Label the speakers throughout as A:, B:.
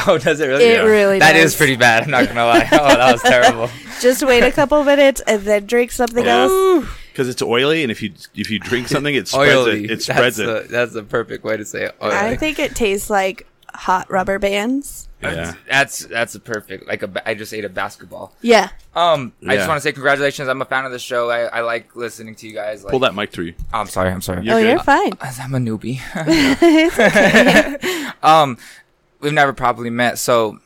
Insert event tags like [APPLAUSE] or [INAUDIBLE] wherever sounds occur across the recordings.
A: oh, does it really?
B: It really
A: That is
B: does.
A: pretty bad. I'm not gonna lie. Oh,
C: [LAUGHS]
A: that was terrible.
B: Just wait a
A: [LAUGHS]
B: couple minutes and then drink something else.
C: because it's oily, and if you if you drink something, it spreads
A: Oily.
C: it. It spreads
A: that's
C: it.
A: The, that's the perfect way to say it. Oily.
B: I think it tastes like hot rubber bands.
C: yeah.
A: that's that's a perfect. Like a, ba- I just ate a basketball.
B: Yeah.
A: Um, I
C: Yeah.
A: just want to say congratulations. I'm a fan of the show. I, I like listening to you guys. Like,
C: Pull that mic through you.
A: I'm sorry. I'm sorry.
C: You're
B: oh,
C: good.
B: you're fine.
A: [LAUGHS] I'm
C: [LAUGHS]
A: a newbie. [LAUGHS] um, we've never properly met, so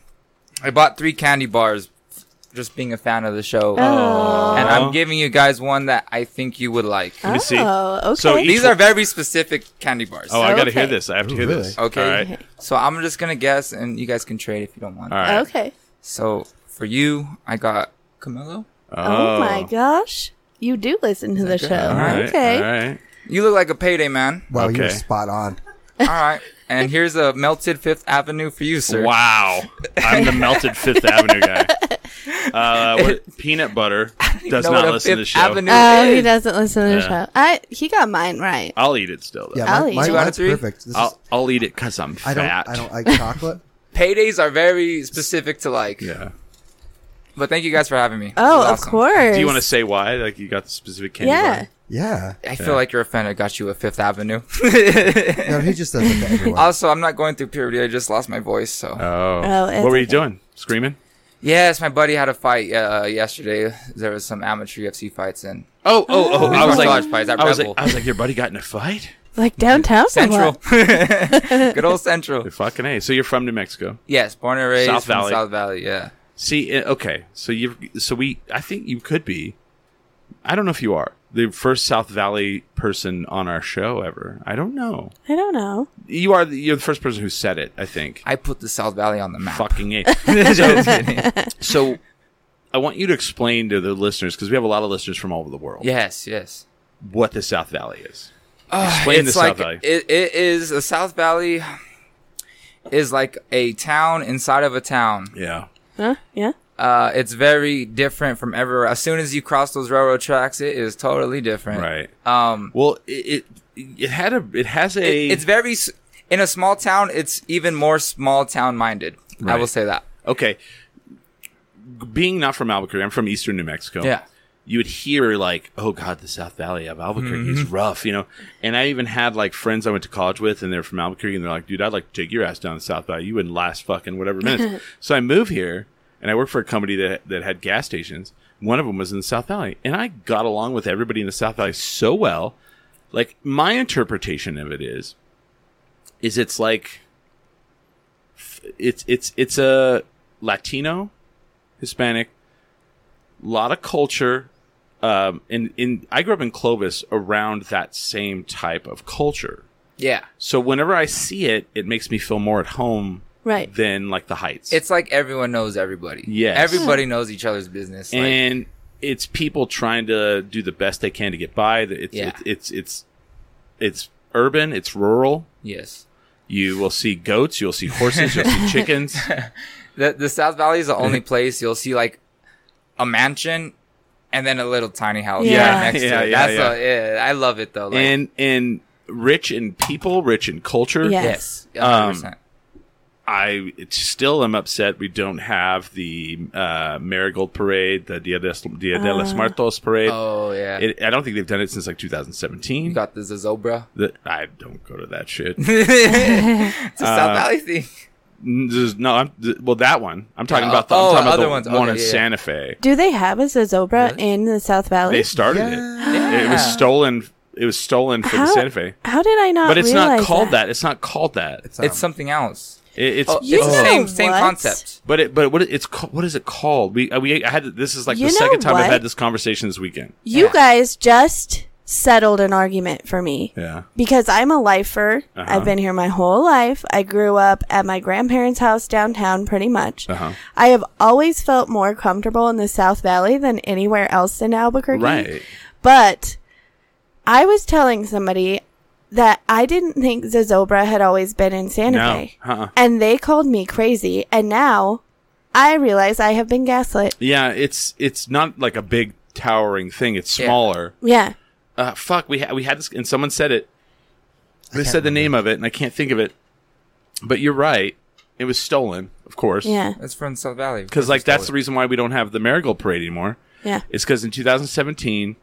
A: I bought three candy bars, just being a fan of the show,
B: Oh.
A: and I'm giving you guys one that I think you would like.
C: me see.
B: Oh, okay.
C: So each-
A: These are very specific candy bars.
C: Oh, I gotta
B: Okay.
C: hear this. I have to
D: Ooh,
C: hear
D: really?
C: this.
A: okay.
C: All right.
A: So I'm just gonna guess, and you guys can trade if you don't want.
C: All right.
B: Okay.
A: So for you, I got Camilo.
B: Oh. my gosh. You do listen to the
A: good?
B: show.
C: All right.
B: okay.
C: All right.
A: You look like a payday man.
D: Wow, you were
C: Okay.
D: spot on.
A: All right. And here's a melted Fifth Avenue for you, sir. [LAUGHS]
C: Wow. I'm the melted Fifth Avenue guy. Uh, what- peanut butter does
A: know
C: not
A: what a
C: listen to the
A: Fifth
C: show.
A: Avenue-
B: Oh, he
A: is.
B: doesn't listen to the
C: Yeah. Oh,
B: show. I he got mine right.
C: I'll eat it still. Though.
D: Yeah,
B: I'll
D: my,
B: eat
D: my,
B: it.
A: Two out of
D: mine's
A: three?
D: perfect. This is,
C: I'll, I'll eat it because I'm
D: I don't,
C: fat.
D: I don't like chocolate.
A: Paydays are very specific to like.
C: yeah.
A: But thank you guys for having me. This
B: Oh,
A: is
B: of
A: awesome.
B: course.
C: Do you want to say why? Like you got the specific candy.
B: Yeah.
C: bar?
D: Yeah.
A: I feel like your offender got you a Fifth
C: [LAUGHS]
A: Avenue. [LAUGHS]
D: No, he just does it to everyone.
A: also, I'm not going through puberty. I just lost my voice. So
C: Oh.
B: Oh, it's
C: what were you
B: okay.
C: doing? Screaming?
A: yes, my buddy had a fight uh, yesterday. There was some amateur UFC fights in
C: Oh, oh, oh! I was
A: massage
C: like,
A: fights at
C: I was like,
A: Rebel
C: I was like, your buddy got in a fight.
B: like downtown
A: Central.
B: somewhere?
A: [LAUGHS] Good
C: [LAUGHS]
A: old Central.
C: Fucking a. So you're from New Mexico.
A: Yes, born and raised
C: South
A: from
C: Valley.
A: South Valley. Yeah.
C: See, uh, okay, so you, so we, I think you could be. I don't know if you are the first South Valley person on our show ever. I don't know.
B: I don't know.
C: You are. the- You're the first person who said it. I think.
A: I put the South Valley on the map.
C: Fucking it.
A: [LAUGHS] Just kidding.
C: so, I want you to explain to the listeners because we have a lot of listeners from all over the world
A: yes, yes.
C: what the South Valley is.
A: Ugh,
C: Explain
A: Ah, it's
C: the South
A: like,
C: Valley.
A: It, it is the South Valley is like a town inside of a town.
C: Yeah.
B: Huh? Yeah.
A: Uh, it's very different from everywhere. As soon as you cross those railroad tracks, it is totally different.
C: Right.
A: Um,
C: Well, it it, it had a it has
A: it-
C: a
A: it's very s- in a small town. It's even more small town minded. I
C: Right.
A: will say that.
C: okay. Being not from Albuquerque, I'm from Eastern New Mexico.
A: Yeah.
C: you would hear like, "Oh God, the South Valley of Albuquerque is rough," you know. And I even had like friends I went to college with, and they're from Albuquerque, and they're like, "Dude, I'd like to take your ass down to South Valley. You wouldn't last fucking whatever minutes." so I move here, and I worked for a company that that had gas stations. One of them was in the South Valley, and I got along with everybody in the South Valley so well. Like my interpretation of it is, is it's like it's it's it's a Latino, Hispanic, lot of culture. Um, and in I grew up in Clovis around that same type of culture.
A: Yeah.
C: So whenever I see it, it makes me feel more at home
B: Right.
C: than like the heights.
A: It's like everyone knows everybody.
C: Yes.
A: Everybody knows each other's business. Like,
C: and it's people trying to do the best they can to get by. It's
A: Yeah.
C: it's, it's it's it's urban. It's rural.
A: yes.
C: You will see goats. You'll see horses. You'll
A: [LAUGHS]
C: see chickens.
A: The the South Valley is the
C: [LAUGHS]
A: only place you'll see like a mansion and then a little tiny house
B: Yeah.
A: right next
C: Yeah,
A: to it.
C: yeah,
A: That's yeah. yeah. I love it though. Like,
C: and and rich in people, rich in culture.
B: Yeah.
A: yes. a
C: Um,
A: hundred percent.
C: I still am upset we don't have the uh, Marigold Parade, the Dia de, Dia de
B: Ah.
C: los Muertos Parade.
A: Oh yeah.
C: It, I don't think they've done it since like 2017.
A: you got the
C: [LAUGHS]
A: Zozobra. [LAUGHS]
C: The- I don't go to that shit.
A: It's a
C: Uh,
A: South Valley thing.
C: Mm, there's- no, I'm, th- well, that one. I'm talking
A: Yeah,
C: about the,
A: oh,
C: I'm talking about
A: other
C: the
A: ones.
C: one
A: Okay,
C: in
A: yeah, yeah.
C: Santa Fe.
B: Do they have a Zozobra in the South Valley?
C: They started it. It was stolen. It was stolen from
B: How-
C: Santa Fe.
B: How did I not?
C: But it's not
B: realize
C: called
B: that.
C: that. It's not called that. It,
A: It's something else.
C: it's
A: Oh,
B: You
A: it's the
B: know
A: same same
B: what?
A: concept.
C: But it, but what it's ca- what is it called? We uh, we I had this is like
B: You
C: the
B: know
C: second time I've
B: what?
C: had this conversation this weekend.
B: You
A: Yeah.
B: guys just settled an argument for me.
C: Yeah.
B: Because I'm a lifer.
C: Uh-huh.
B: I've been here my whole life. I grew up at my grandparents' house downtown pretty much.
C: Uh huh.
B: I have always felt more comfortable in the South Valley than anywhere else in Albuquerque.
C: Right.
B: But I was telling somebody that I didn't think Zozobra had always been in Santa
C: No.
B: Fe.
C: Uh-uh.
B: And they called me crazy. And now I realize I have been gaslit.
C: Yeah, it's it's not like a big towering thing. It's
A: Yeah.
C: smaller.
B: Yeah.
C: Uh, fuck, we ha- we had this, and someone said it. They
D: can't
C: said the name of it, and I can't think of it. But you're right. It was stolen, of course.
B: Yeah.
A: It's from South Valley. of
C: Because
A: course
C: like
A: it's stolen.
C: that's the reason why we don't have the Marigold Parade anymore.
B: Yeah.
C: It's because in 2017,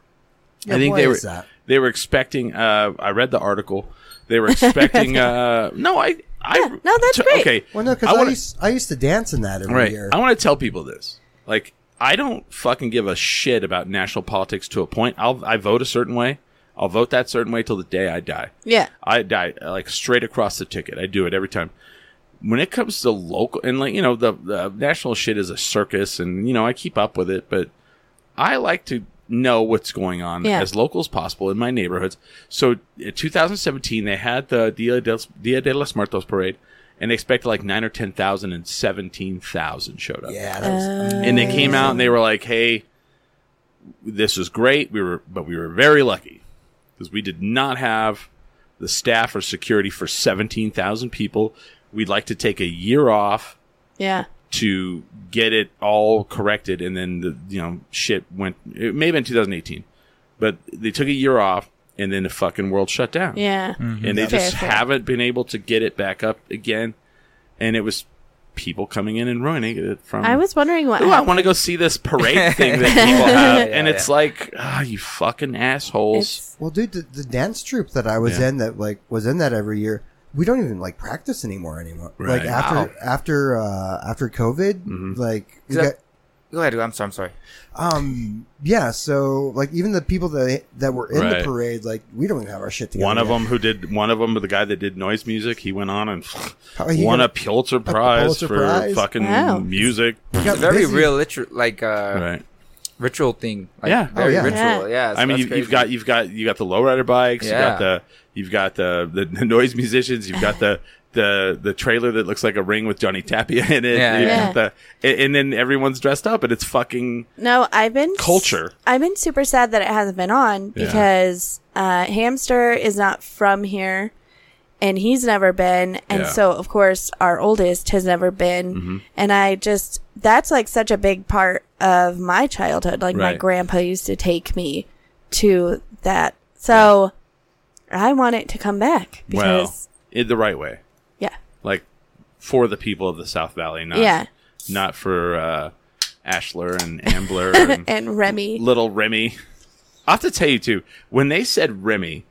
D: Yeah,
C: I think
D: why
C: they were
D: is that?
C: they were expecting. Uh, I read the article. They were
D: [LAUGHS]
C: expecting. uh, no, I I
B: no, that's
C: t-
B: great.
C: Okay,
D: Well, no, because
C: I
D: I,
C: wanna-
D: used I used to dance in that every
C: Right.
D: year.
C: I want to tell people this. Like, I don't fucking give a shit about national politics to a point. I'll I vote a certain way. I'll vote that certain way till the day I die.
B: Yeah.
C: I die like straight across the ticket. I do it every time. When it comes to local and like you know the, the national shit is a circus and you know I keep up with it, but I like to know what's going on
B: Yeah.
C: as local as possible in my neighborhoods. So, in 2017, they had the Dia de, Dia de los Muertos parade, and they expected like nine or ten thousand, and seventeen thousand showed up
D: yeah, that was
A: Oh.
C: and they came out and they were like, "Hey, this was great. We were, but we were very lucky because we did not have the staff or security for seventeen thousand people. We'd like to take a year off
B: Yeah.
C: to get it all corrected, and then the you know shit went. It may have been 2018, but they took a year off, and then the fucking world shut down
B: Yeah.
C: and they
B: Fair,
C: just
B: fair.
C: haven't been able to get it back up again. And it was people coming in and ruining it from.
B: I was wondering what
C: Oh, I
B: happened.
C: want to go see this parade thing that people have,
A: Yeah,
C: and
A: yeah.
C: it's like, ah, you fucking assholes.
B: It's-
D: Well, dude, the, the dance troupe that I was
C: Yeah.
D: in that like was in that every year. We don't even like practice anymore anymore.
C: Right. Mm-hmm.
D: Like after after uh, after COVID, like we got,
A: Except- Go ahead. I'm sorry. I'm sorry.
D: um yeah. So like even the people that that were in
C: Right.
D: the parade, like we don't even have our shit together.
C: One of
D: yet.
C: them who did one of them, the guy that did noise music, he went on and
D: How he
C: won
D: got-
C: a Pulitzer Prize
D: Pulitzer
C: for
D: Prize?
C: fucking
B: Wow.
C: music.
D: We got
A: It's a very
D: busy.
A: real literal, like uh,
C: Right.
A: ritual thing. Like,
C: Yeah.
A: Very
D: Oh, yeah.
A: Ritual. Yeah. so
C: I mean,
A: that's
C: you, you've
A: crazy.
C: got you've got you got the lowrider bikes. You got
A: Yeah.
C: the you've got the, the the noise musicians. You've got the the the trailer that looks like a ring with Johnny Tapia in it.
A: Yeah,
C: You've
B: yeah.
C: got the- and, and then everyone's dressed up, and it's fucking
B: No, I've been
C: Culture.
B: I've been super sad that it hasn't been on
C: Yeah.
B: because uh, Hamster is not from here, and he's never been, and
C: Yeah. Mm-hmm.
B: so of course our oldest has never been, and I just that's like such a big part of my childhood. Like my
C: Right.
B: grandpa used to take me to that, so I want it to come back
C: well
B: because
C: in the right way,
B: yeah,
C: like for the people of the South Valley, not
B: yeah,
C: not for uh, Ashler and Ambler and
B: [LAUGHS] and Remy.
C: little Remy. I have to tell you too, when they said
B: [LAUGHS]
C: Remy,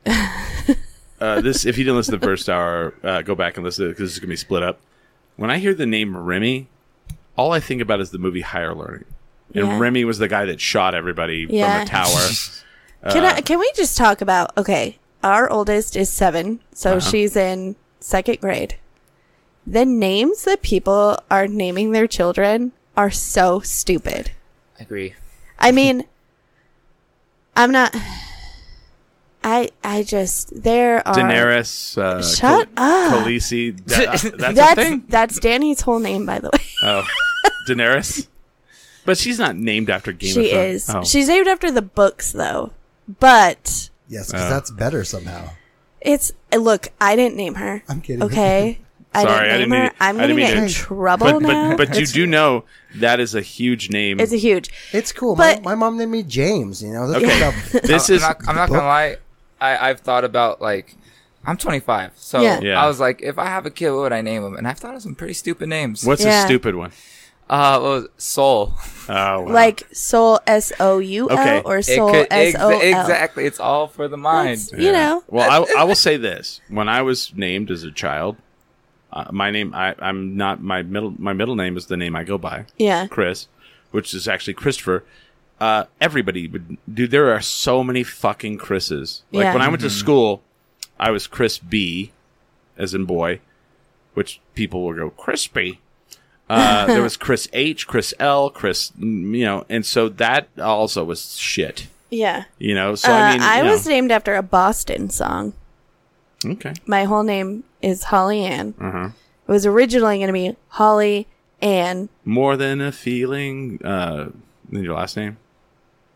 C: uh, this if you didn't listen to the first hour, uh, go back and listen to it because this is gonna be split up. When I hear the name Remy, all I think about is the movie Higher Learning, and
B: Yeah.
C: Remy was the guy that shot everybody
B: Yeah.
C: from the
B: [LAUGHS]
C: tower.
B: Can
C: Uh,
B: I? Can we just talk about? Okay, our oldest is seven, so
C: Uh-huh.
B: she's in second grade. The names that people are naming their children are so stupid.
A: I agree.
C: [LAUGHS]
B: I mean, I'm not. I I just there are
C: Daenerys, uh,
B: Shut up.
C: Khaleesi.
B: [LAUGHS]
C: That- that's, a
B: That's
C: thing.
B: that's Danny's whole name, by the [LAUGHS] way.
C: Oh, Daenerys. But she's not named after Game of
B: she
C: Thrones.
B: is.
C: Oh.
B: She's named after the books, though. But
D: Yes, because
C: Oh.
D: that's better somehow. [LAUGHS]
B: it's look. I didn't name her.
D: I'm
C: [LAUGHS]
D: kidding.
B: Okay.
C: Sorry, I
B: I didn't
C: didn't
B: name
C: mean
B: her.
C: to-
B: I'm
C: I
B: gonna
C: didn't mean
B: get in
D: to-
B: trouble
C: but,
B: now.
C: but but you do know that is a huge name.
B: it's a huge.
D: [LAUGHS] It's cool.
B: But-
D: my, my mom named me James. You know, that's
C: Okay.
D: stuff.
C: this
A: I'm
C: is
A: Oh, not, I'm not gonna lie. I I've thought about like I'm 25, so
B: Yeah.
C: Yeah.
A: I was like, if I have a kid, what would I name him? And I've thought of some pretty stupid names.
C: what's
B: Yeah.
C: a stupid one.
A: Uh, what was it? Soul.
C: Oh, wow.
B: Like soul S O U L
C: Okay.
B: or
C: It
A: It
B: soul
A: could-
B: S
A: ex-
B: O L.
A: exactly. It's all for the mind.
B: That's- You know.
C: Well, I, I will say this: when I was named as a child, uh, my name I, I'm not my middle my middle name is the name I go by,
B: Yeah.
C: Chris, which is actually Christopher. Uh, everybody would dude. There are so many fucking Chris's. Like
B: Yeah.
C: when I went to school, I was Chris B, as in boy, which people will go crispy.
B: [LAUGHS]
C: Uh, there was Chris H, Chris L, Chris, mm, you know, and so that also was shit,
B: Yeah.
C: you know. So
B: Uh,
C: I mean, you
B: was
C: know.
B: named after a Boston song.
C: okay.
B: My whole name is Holly Ann.
C: Mm-hmm.
B: It was originally going to be Holly Ann
C: more than a feeling uh than your last name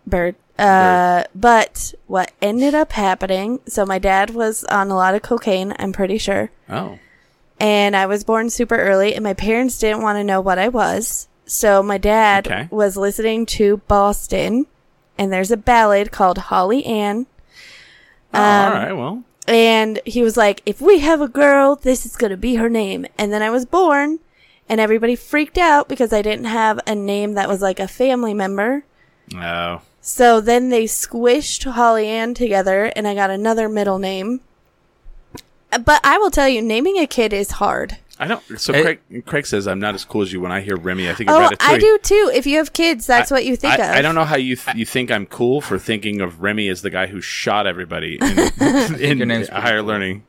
B: Bird. Uh, but what ended up happening? So my dad was on a lot of cocaine. I'm pretty sure.
C: oh
B: and I was born super early, and my parents didn't want to know what I was. So my dad
C: Okay.
B: was listening to Boston, and there's a ballad called Holly Ann.
C: Oh,
B: Um,
C: all right well
B: And he was like, If we have a girl, this is going to be her name. And then I was born, and everybody freaked out because I didn't have a name that was like a family member.
C: oh
B: So then they squished Holly Ann together, and I got another middle name. But I will tell you, naming a kid is hard.
C: i don't so
A: Hey.
C: craig craig says i'm not as cool as you when i hear remy i think
B: Oh,
C: about it
B: I do too. If you have kids, that's what you think
C: I,
B: of.
C: I don't know how you th- you think I'm cool for thinking of Remy as the guy who shot
B: [LAUGHS]
C: everybody in, in
A: name's pretty
C: higher learning.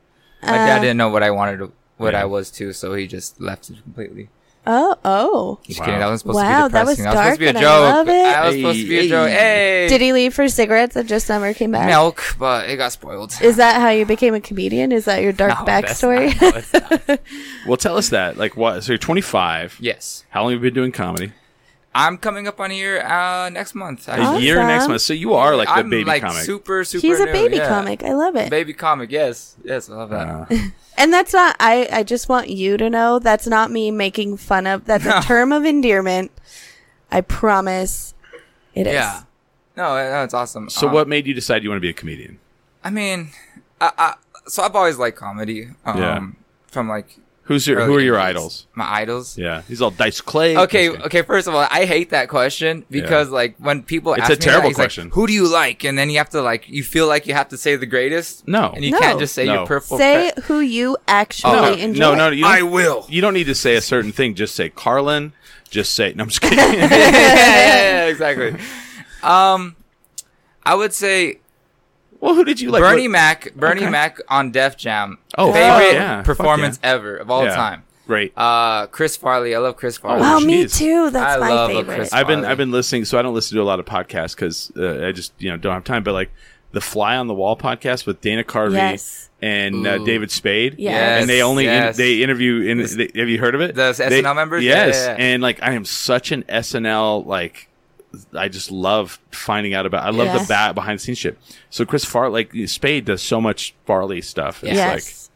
A: My
B: uh,
A: dad didn't know what I wanted, to, what I was too, so he just left it completely.
B: Oh, oh.
A: Just
C: Wow.
A: kidding. That wasn't supposed to
B: Wow,
A: be
B: that was
A: depressing. That was, supposed to be a
B: dark, and
A: joke.
B: I love it.
A: I was supposed to be a joke. Hey,
B: Did he leave for cigarettes and just never came back?
A: milk, but it got spoiled.
B: Is that how you became a comedian? Is that your dark
A: [LAUGHS] No, that's
B: backstory?
A: not- no, it's not.
C: Well, tell us that. Like, what? So you're 25.
A: yes,
C: How long have you been doing comedy?
A: I'm coming up on here uh, next month.
C: A
A: I-
C: year
B: Awesome.
C: next month. So you are like the
A: I'm
C: baby
A: like
C: comic.
A: super,
B: [LAUGHS]
A: super.
B: He's a
A: new,
B: baby
A: yeah.
B: comic. I love it.
A: Baby comic. Yes, yes, I love that.
C: Uh,
B: and that's not, I, I just want you to know that's not me making fun of, that's a term of endearment. I promise it is.
A: yeah. No, no, it's awesome.
C: so
A: Um,
C: what made you decide you want to be a comedian?
A: I mean, I, I so I've always liked comedy. Um,
C: Yeah.
A: From like
C: Who's your
A: early
C: Who are your
A: 80s.
C: idols?
A: My idols.
C: Yeah, he's all Dice Clay.
A: Oh, Okay,
C: Just kidding.
A: okay. First of all, I hate that question because like when people
C: It's
A: ask
C: a
A: me
C: terrible
A: that, he's like,
C: question.
A: Who do you like? And then you have to like you feel like you have to say the greatest.
C: No.
A: and you
B: No.
A: can't just say your
C: No.
A: purple.
B: Say
A: Fe-
B: who you actually
C: Oh, No,
B: enjoy.
C: no, no, you don't-
A: I will.
C: [LAUGHS] You don't need to say a certain thing. Just say Carlin. Just say. No, I'm
B: [LAUGHS]
C: just kidding.
A: [LAUGHS] yeah, exactly. Um, I would say
C: well, who did you like?
A: Bernie
C: What-
A: Mac. Bernie
C: Okay.
A: Mac on Def Jam.
C: Oh,
A: favorite
C: fuck yeah, fuck
A: performance ever of all
C: Yeah.
A: time.
C: Right.
A: Uh, Chris Farley. I love Chris Farley.
B: Oh, me
C: Jeez.
B: too. That's
A: I
B: my
A: love a
B: favorite.
A: Chris-
C: I've been
A: Farley.
C: I've been listening, so I don't listen to a lot of podcasts because uh, I just you know don't have time. But like the Fly on the Wall podcast with Dana Carvey
B: Yes.
C: and uh,
A: Ooh.
C: David Spade.
B: Yes.
C: And they only in-
A: Yes.
C: they interview in. They, have you heard of it?
A: The
C: They-
A: SNL members? Yeah,
C: Yes.
A: yeah, yeah.
C: And like I am such an SNL like. I just love finding out about. I love the
B: Yeah.
C: bat behind the scenes shit. So Chris Far like Spade does so much Farley stuff. It's
B: Yes.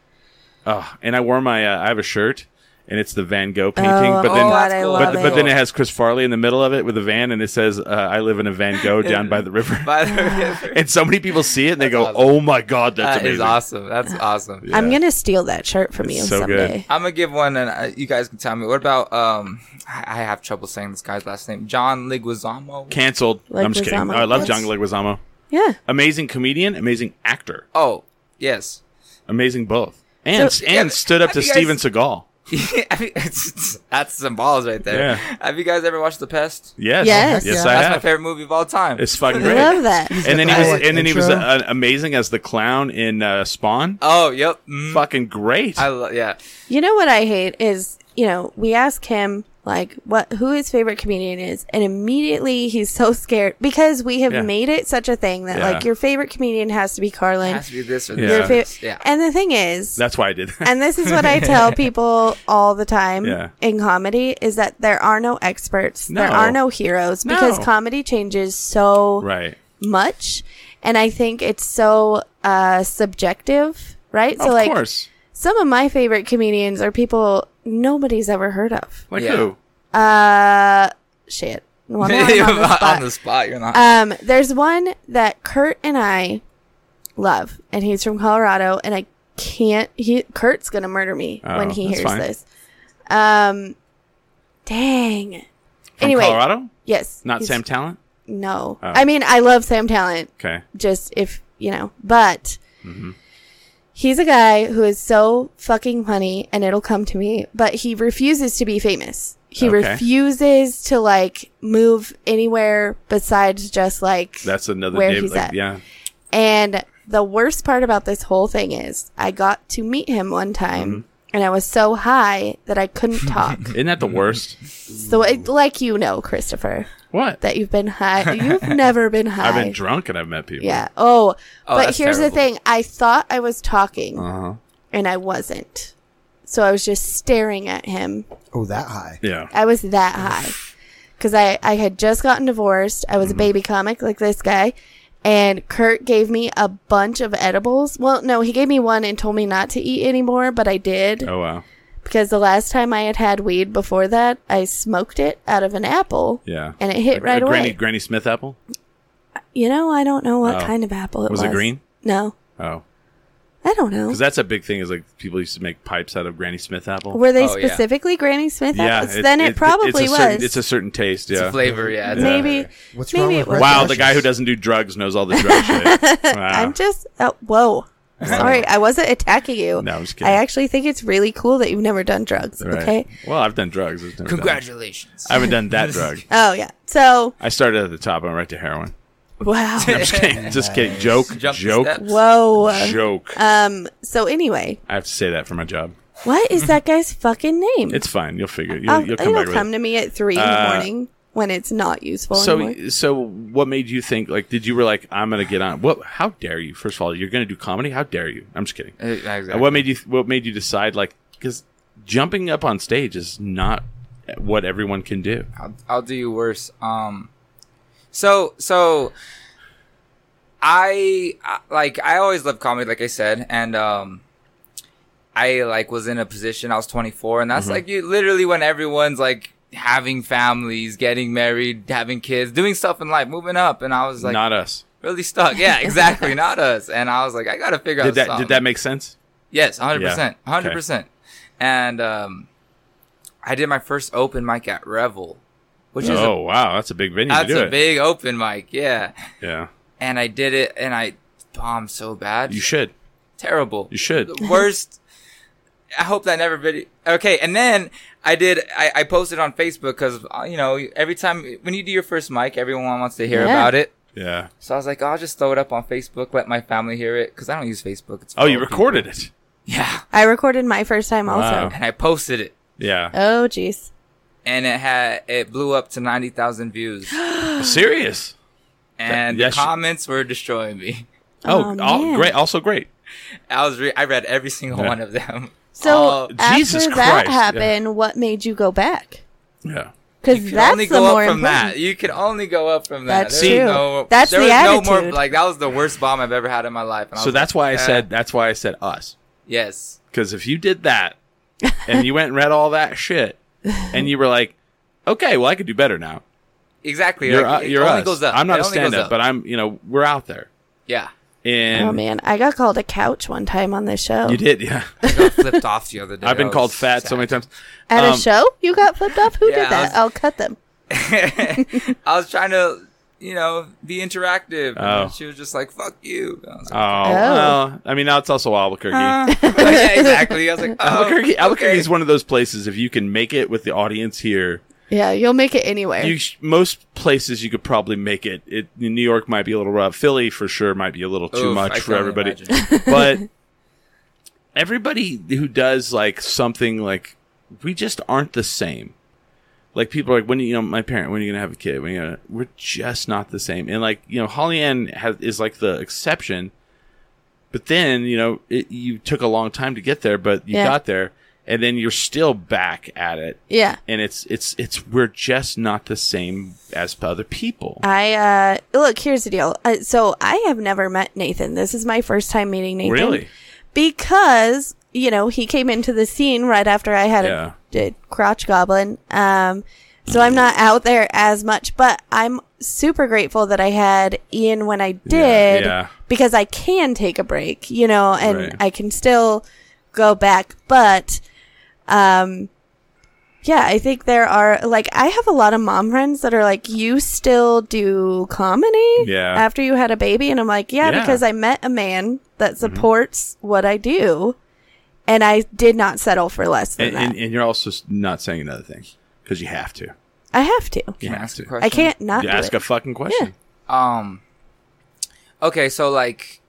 C: like Oh, and I wore my. Uh, I have a shirt, and it's the Van Gogh painting.
B: Oh,
C: but then,
B: oh, God, I
C: but,
B: love
C: but then
B: it.
C: it has Chris Farley in the middle of it with a van, and it says, uh, "I live in a Van Gogh down by the river."
A: [LAUGHS] By the river.
C: and so many people see it and they go,
A: That's awesome.
C: "Oh my God, that's
A: [LAUGHS] That
C: amazing!"
A: is awesome. That's awesome.
B: I'm gonna steal that shirt from
C: It's
B: you
C: so good.
B: someday.
A: I'm gonna give one, and uh, you guys can tell me. What about um? I I have trouble saying this guy's last name. John Leguizamo.
C: Canceled. I'm just kidding.
B: Leguizamo.
C: I love
B: What?
C: John Leguizamo.
B: Yeah.
C: Amazing comedian, amazing actor,
A: oh yes. [LAUGHS]
C: amazing both, and
B: So-
C: and
A: Yeah,
C: stood up
A: have
C: to
A: you guys-
C: Steven Seagal.
A: I mean, it's, it's- that's some balls right there.
C: Yeah.
A: Have you guys ever watched The Pest?
C: Yes,
B: Yes.
C: yes,
B: Yeah.
C: I
A: That's my
C: have.
A: favorite movie of all time.
C: It's fucking
B: I
C: great.
B: love that.
C: And then he was,
D: Oh,
C: and then he was
D: intro.
C: uh, amazing as the clown in uh, Spawn.
A: oh yep. Mm.
C: Fucking great.
A: I lo- yeah.
B: You know what I hate is, you know, we ask him like what who his favorite comedian is, and immediately he's so scared because we have
C: Yeah.
B: made it such a thing that
C: Yeah.
B: like your favorite comedian has to be Carlin.
A: Has to be this or
C: Yeah.
A: this.
B: Your
A: or
B: fa-
A: this. Yeah.
B: And the thing is,
C: That's why I did that.
B: and this is what I tell people all the time
C: Yeah.
B: in comedy is that there are no experts, there
C: No.
B: are no heroes because
C: No.
B: comedy changes
C: [LAUGHS]
B: so
C: right.
B: much, and I think it's so uh, subjective, right? so
C: of
B: like
C: course.
B: some of my favorite comedians are people nobody's ever heard of.
C: Like
A: Yeah.
C: who?
B: Uh, shit.
A: [LAUGHS]
B: Well, now I'm
A: You're
C: [LAUGHS]
B: on the
A: not
B: spot.
A: on the spot. You're not.
B: Um, there's one that Kurt and I love, and he's from Colorado, and I can't. He Kurt's gonna murder me
C: Oh,
B: when he
C: that's
B: hears
C: fine.
B: this. Um, dang.
C: From
B: anyway,
C: Colorado?
B: yes,
C: Not
B: he's-
C: Sam Talent?
B: No,
C: Oh.
B: I mean I love Sam Talent.
C: Okay.
B: Just if you know, but
C: Mm-hmm.
B: he's a guy who is so fucking funny, and it'll come to me. But he refuses to be famous. He
C: Okay.
B: refuses to like move anywhere besides just like
C: That's another
B: Where
C: David-
B: he's
C: like,
B: at.
C: Yeah.
B: and the worst part about this whole thing is I got to meet him one time
C: Mm-hmm.
B: and I was so high that
C: [LAUGHS]
B: I couldn't talk.
C: Isn't that the
A: Mm-hmm.
C: worst?
B: so it, like you know, Christopher,
C: What?
B: that you've been high.
C: [LAUGHS]
B: You've never been high.
C: I've been drunk and I've met people.
B: yeah. Oh,
A: Oh,
B: but
A: that's
B: here's the
A: terrible.
B: thing. I thought I was talking
C: Uh-huh.
B: and I wasn't. So I was just staring at him.
D: Oh, that high.
C: Yeah.
B: I was that high. Cause I, I had just gotten divorced. I was
C: Mm-hmm.
B: a baby comic like this guy. And Kurt gave me a bunch of edibles. Well, no, he gave me one and told me not to eat anymore, but I did
C: Oh wow.
B: because the last time I had had weed before that, I smoked it out of an apple.
C: Yeah.
B: And it hit
C: A-
B: right
C: a
B: away.
C: Granny Granny Smith apple?
B: You know, I don't know what
C: Oh.
B: kind of apple it was.
C: Was it green?
B: No,
C: Oh.
B: I don't know.
C: Because that's a big thing is like people used to make pipes out of Granny Smith apple.
B: Were they
A: Oh, yeah.
B: specifically Granny Smith
C: yeah.
B: apples? then it,
C: it's a
B: probably was.
C: certain- it's a certain taste.
A: It's
C: yeah.
A: a flavor. Yeah. it's a
B: maybe.
A: flavor.
D: What's
B: Maybe
D: wrong
B: it
D: with
B: was-
D: Red
C: Wow, the
D: Russians?
C: guy who doesn't do drugs knows all the
B: [LAUGHS]
C: drug shit. Wow.
B: I'm just oh, whoa. Sorry, I wasn't attacking you.
C: No, I'm just
B: I
C: kidding.
B: actually think it's really cool that you've never done drugs.
C: Right.
B: Okay.
C: Well, I've done drugs. I've never done-
A: Congratulations. [LAUGHS]
C: I haven't done that drug.
B: Oh yeah. So
C: I started at the top. I'm right to heroin.
B: wow.
C: [LAUGHS] Just kidding. Just kidding. Joke.
A: Jump the
C: joke.
A: steps.
B: whoa.
C: Joke.
B: Um. So anyway,
C: I have to say that for my job.
B: what is that guy's fucking name?
C: It's fine. You'll figure. it. You'll,
B: I'll-
C: you'll come
B: it'll
C: back
B: come
C: with
B: to me at three in the
C: Uh,
B: morning when it's not useful
C: it.
B: anymore.
C: So, so what made you think? Like, did you were like, I'm gonna get on? What? How dare you? First of all, you're gonna do comedy? How dare you? I'm just kidding.
A: Uh, exactly.
C: What made you? What made you decide? Like, because jumping up on stage is not what everyone can do.
A: I'll, I'll do you worse. Um, so so, I I- like I always loved comedy, like I said, and um, I like was in a position. I was 24, and that's
C: Mm-hmm.
A: like you literally when everyone's like having families, getting married, having kids, doing stuff in life, moving up, and I was like
C: not us.
A: really stuck. Yeah, exactly, not us. And I was like, I gotta figure
C: Did
A: out.
C: that?
A: something.
C: Did that make sense?
A: Yes, 100%.
C: Yeah. Okay.
A: 100%. And um, I did my first open mic at Revel, which is a,
C: Oh wow, that's a big venue
A: that's
C: to do
A: a
C: it.
A: big open mic. Yeah.
C: yeah,
A: And I did it and I bombed so bad.
C: you should.
A: Terrible.
C: You should.
A: The worst. I hope that never video. Okay, and then I did. I, I posted on Facebook because you know every time when you do your first mic, everyone wants to hear
B: Yeah.
A: about it.
C: Yeah.
A: So I was like, oh, I'll just throw it up on Facebook, let my family hear it because I don't use Facebook. It's
C: Oh, you
A: for people.
C: recorded it.
A: Yeah,
B: I recorded my first time also.
C: Wow.
A: and I posted it.
B: [SIGHS]
C: Yeah.
B: Oh jeez.
A: and it had it blew up to ninety
C: [GASPS]
A: thousand views,
C: Serious.
A: and
C: Yeah,
A: the
C: she-
A: comments were destroying me.
C: Oh,
B: Oh,
C: all,
B: man.
C: great. Also great.
A: I was re- I read every single
C: Yeah.
A: one of them.
B: So
A: Oh,
B: after
C: Jesus
B: that
C: Christ, yeah.
B: happened, what made you go back?
C: Yeah.
A: you
B: Because
A: can
B: that's
A: only
B: the
A: go
B: more
A: up from that.
B: important.
A: You can only go up from that.
B: That's
A: There was
B: true.
A: no-
B: That's
A: there
B: the
A: was No more,
B: attitude.
A: like that was the worst bomb I've ever had in my life. And I
C: So
A: was
C: that's
A: like,
C: why I
A: "Eh,
C: said that's why I said us.
A: yes.
B: [LAUGHS]
C: Because if you did that, and you went and read all that shit, and you were like, okay, well, I could do better now.
A: Exactly.
C: You're,
A: like,
C: uh,
A: it
C: you're
A: only
C: us.
A: goes up.
C: I'm not
A: It
C: a
A: only goes
C: stand up,
A: up.
C: but I'm, you know, we're out there.
A: yeah,
C: And
B: Oh man, I got called a couch one time on this show.
C: you did,
A: [LAUGHS]
C: yeah.
A: I got flipped off the other day.
C: I've
A: I
C: been
A: was
C: called fat so
A: Oh, sad.
C: many times.
B: At
C: Um,
B: a show, you got flipped off. Who
A: Yeah, I
B: did that?
A: was-
B: I'll cut them.
A: [LAUGHS] I was trying to, you know, be interactive. and
C: Oh.
A: she was just like, "Fuck you." I was
C: Oh,
A: like,
C: well, I mean, now it's also Albuquerque.
B: Uh,
A: yeah, exactly. I was like, oh,
C: Oh, Albuquerque, Albuquerque
A: okay.
C: is one of those places. If you can make it with the audience here,
B: Yeah, you'll make it anywhere.
C: you sh- most places you could probably make it. it. New York might be a little rough. Philly for sure might be a little too
A: Oof, I
C: much
A: can
C: for
A: only
C: everybody.
A: imagine.
B: [LAUGHS]
C: but everybody who does like something like we just aren't the same. Like people are like, when you know my parent, when are you gonna have a kid? When are you gonna? We're just not the same. And like you know, Holly Ann has, is like the exception. But then you know it, you took a long time to get there, but you
B: Yeah.
C: got there, and then you're still back at it
B: yeah.
C: and it's it's it's we're just not the same as p- other people.
B: I uh look, here's the deal. Uh, so I have never met Nathan. This is my first time meeting Nathan.
C: Really?
B: Because, you know, he came into the scene right after I had
C: Yeah.
B: a did crotch goblin. Um so I'm not out there as much, but I'm super grateful that I had Ian when I did
C: yeah.
B: because I can take a break, you know, and
C: Right.
B: I can still go back, but um yeah, I think there are like I have a lot of mom friends that are like, you still do comedy
C: Yeah.
B: after you had a baby, and I'm like, yeah,
C: Yeah. Mm-hmm.
B: because I met a man that supports what I do, and I did not settle for less than
C: And,
B: that.
C: and, and you're also s- not saying another thing because you have to.
B: I have to.
C: You
A: Can I
C: have [LAUGHS]
A: ask a
C: to.
A: question?
B: I can't not
C: You
B: do
C: ask
B: it.
C: a fucking question.
A: Um. Okay, so like,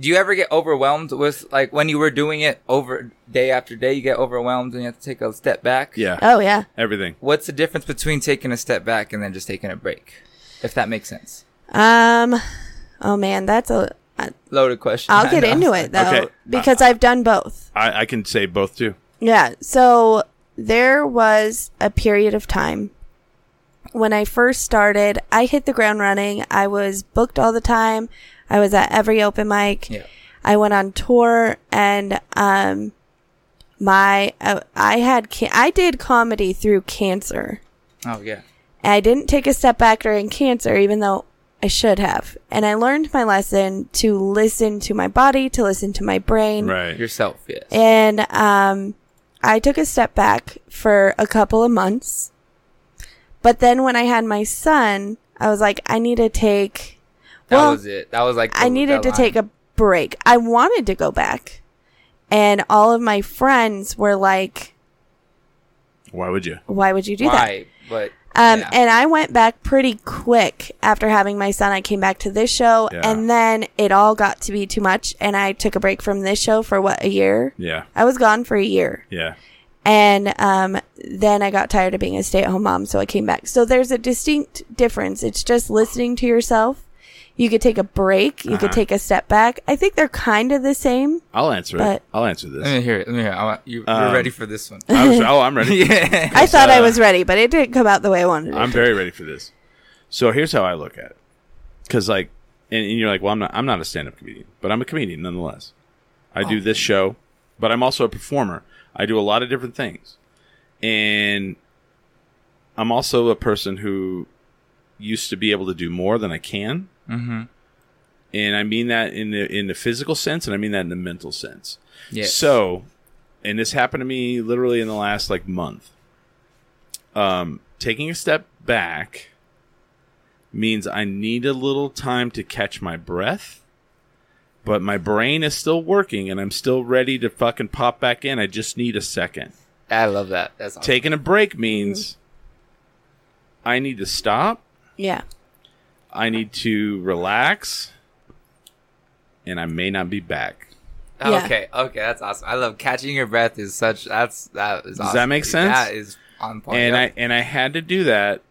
A: do you ever get overwhelmed with like when you were doing it over day after day? You get overwhelmed and you have to take a step back.
C: Yeah,
B: oh yeah.
C: everything.
A: What's the difference between taking a step back and then just taking a break? If that makes sense.
B: Um. Oh man, that's a. I-
A: Loaded
C: [LAUGHS]
A: question.
B: I'll
A: [LAUGHS] I
B: get
A: know.
B: into it though
C: Okay. Uh-huh.
B: because I've done both.
C: I, I can say both too.
B: Yeah. So there was a period of time when I first started. I hit the ground running. I was booked all the time. I was at every open mic.
A: Yeah.
B: I went on tour and um my uh, I had ca- I did comedy through cancer.
A: Oh yeah.
B: And I didn't take a step back during cancer even though I should have. And I learned my lesson to listen to my body, to listen to my brain.
C: Right.
A: Yourself. Yes.
B: And um I took a step back for a couple of months. But then when I had my son, I was like I need to take
A: That
B: well,
A: was it. That was like.
B: I
A: the-
B: needed to
A: the
B: take
A: line.
B: a break. I wanted to go back. And all of my friends were like,
C: Why would you?
B: why would you do that?
A: Why? But.
B: Um,
A: yeah.
B: And I went back pretty quick after having my son. I came back to this show
C: Yeah.
B: and then it all got to be too much. And I took a break from this show for what, a year?
C: Yeah.
B: I was gone for a year.
C: Yeah.
B: And um, then I got tired of being a stay at home mom, so I came back. So there's a distinct difference. It's just listening to yourself. You could take a break, you could
A: Uh-huh.
B: take a step back. I think they're kind of the same.
C: I'll answer it.
B: But-
C: I'll answer this.
A: Let me hear it. Let me hear it. I want, you,
C: Um,
A: you're ready for
B: [LAUGHS]
A: this one.
C: [LAUGHS] I was, oh, I'm
A: [LAUGHS]
C: ready.
A: yeah.
B: I thought I
C: uh,
B: was ready, but it didn't come out the way I wanted it.
C: I'm
B: to.
C: very ready for this. So here's how I look at it. Because like, and, and you're like, well, I'm not. I'm not a stand-up comedian, but I'm a comedian nonetheless. I do this show, but I'm also a performer. I do a lot of different things, and I'm also a person who used to be able to do more than I can. Mm-hmm. And I mean that in the in the physical sense, and I mean that in the mental sense.
A: Yes.
C: So, and this happened to me literally in the last like month. Um, taking a step back means I need a little time to catch my breath, but my brain is still working and I'm still ready to fucking pop back in. I just need a second.
A: I love that. That's awesome.
C: Taking a break means I need to stop,
B: yeah.
C: I need to relax, and I may not be back.
B: Yeah.
A: Okay, okay, that's awesome. I love catching your breath is such that's that is
C: Does
A: awesome,
C: that make
A: dude.
C: sense?
A: That is on point.
C: and
A: Yep.
C: I and I had to do that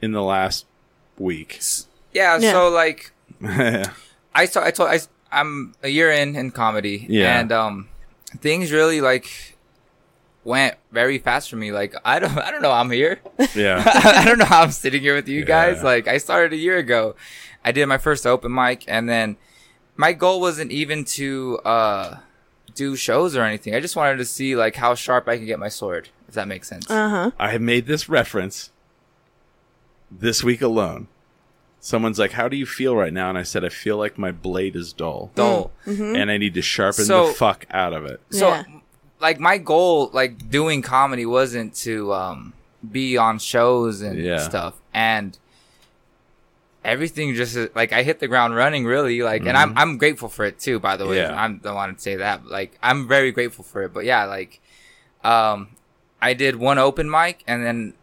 C: in the last week. [LAUGHS]
A: yeah,
B: Yeah.
A: so like
C: yeah,
A: I saw I told I I'm a year in in comedy
C: Yeah.
A: and um things really like went very fast for me. Like I don't I don't know I'm here. I don't know how I'm sitting here with you guys.
C: Yeah.
A: Like I started a year ago. I did my first open mic and then my goal wasn't even to uh, do shows or anything. I just wanted to see like how sharp I can get my sword. If that makes sense.
B: Uh huh.
C: I have made this reference this week alone. Someone's like, "How do you feel right now?" And I said, "I feel like my blade is dull,
A: Dull.
C: and I need to sharpen
A: So-
C: the fuck out of it."
A: So,
B: Yeah.
A: like, my goal, like, doing comedy wasn't to um, be on shows and
C: Yeah.
A: stuff. And everything just is- like I hit the ground running, really. Like, and I'm I'm grateful for it too. By the way,
C: Mm-hmm. Yeah.
A: I'm the one to say that. Like, I'm very grateful for it. But yeah, like, um, I did one open mic, and then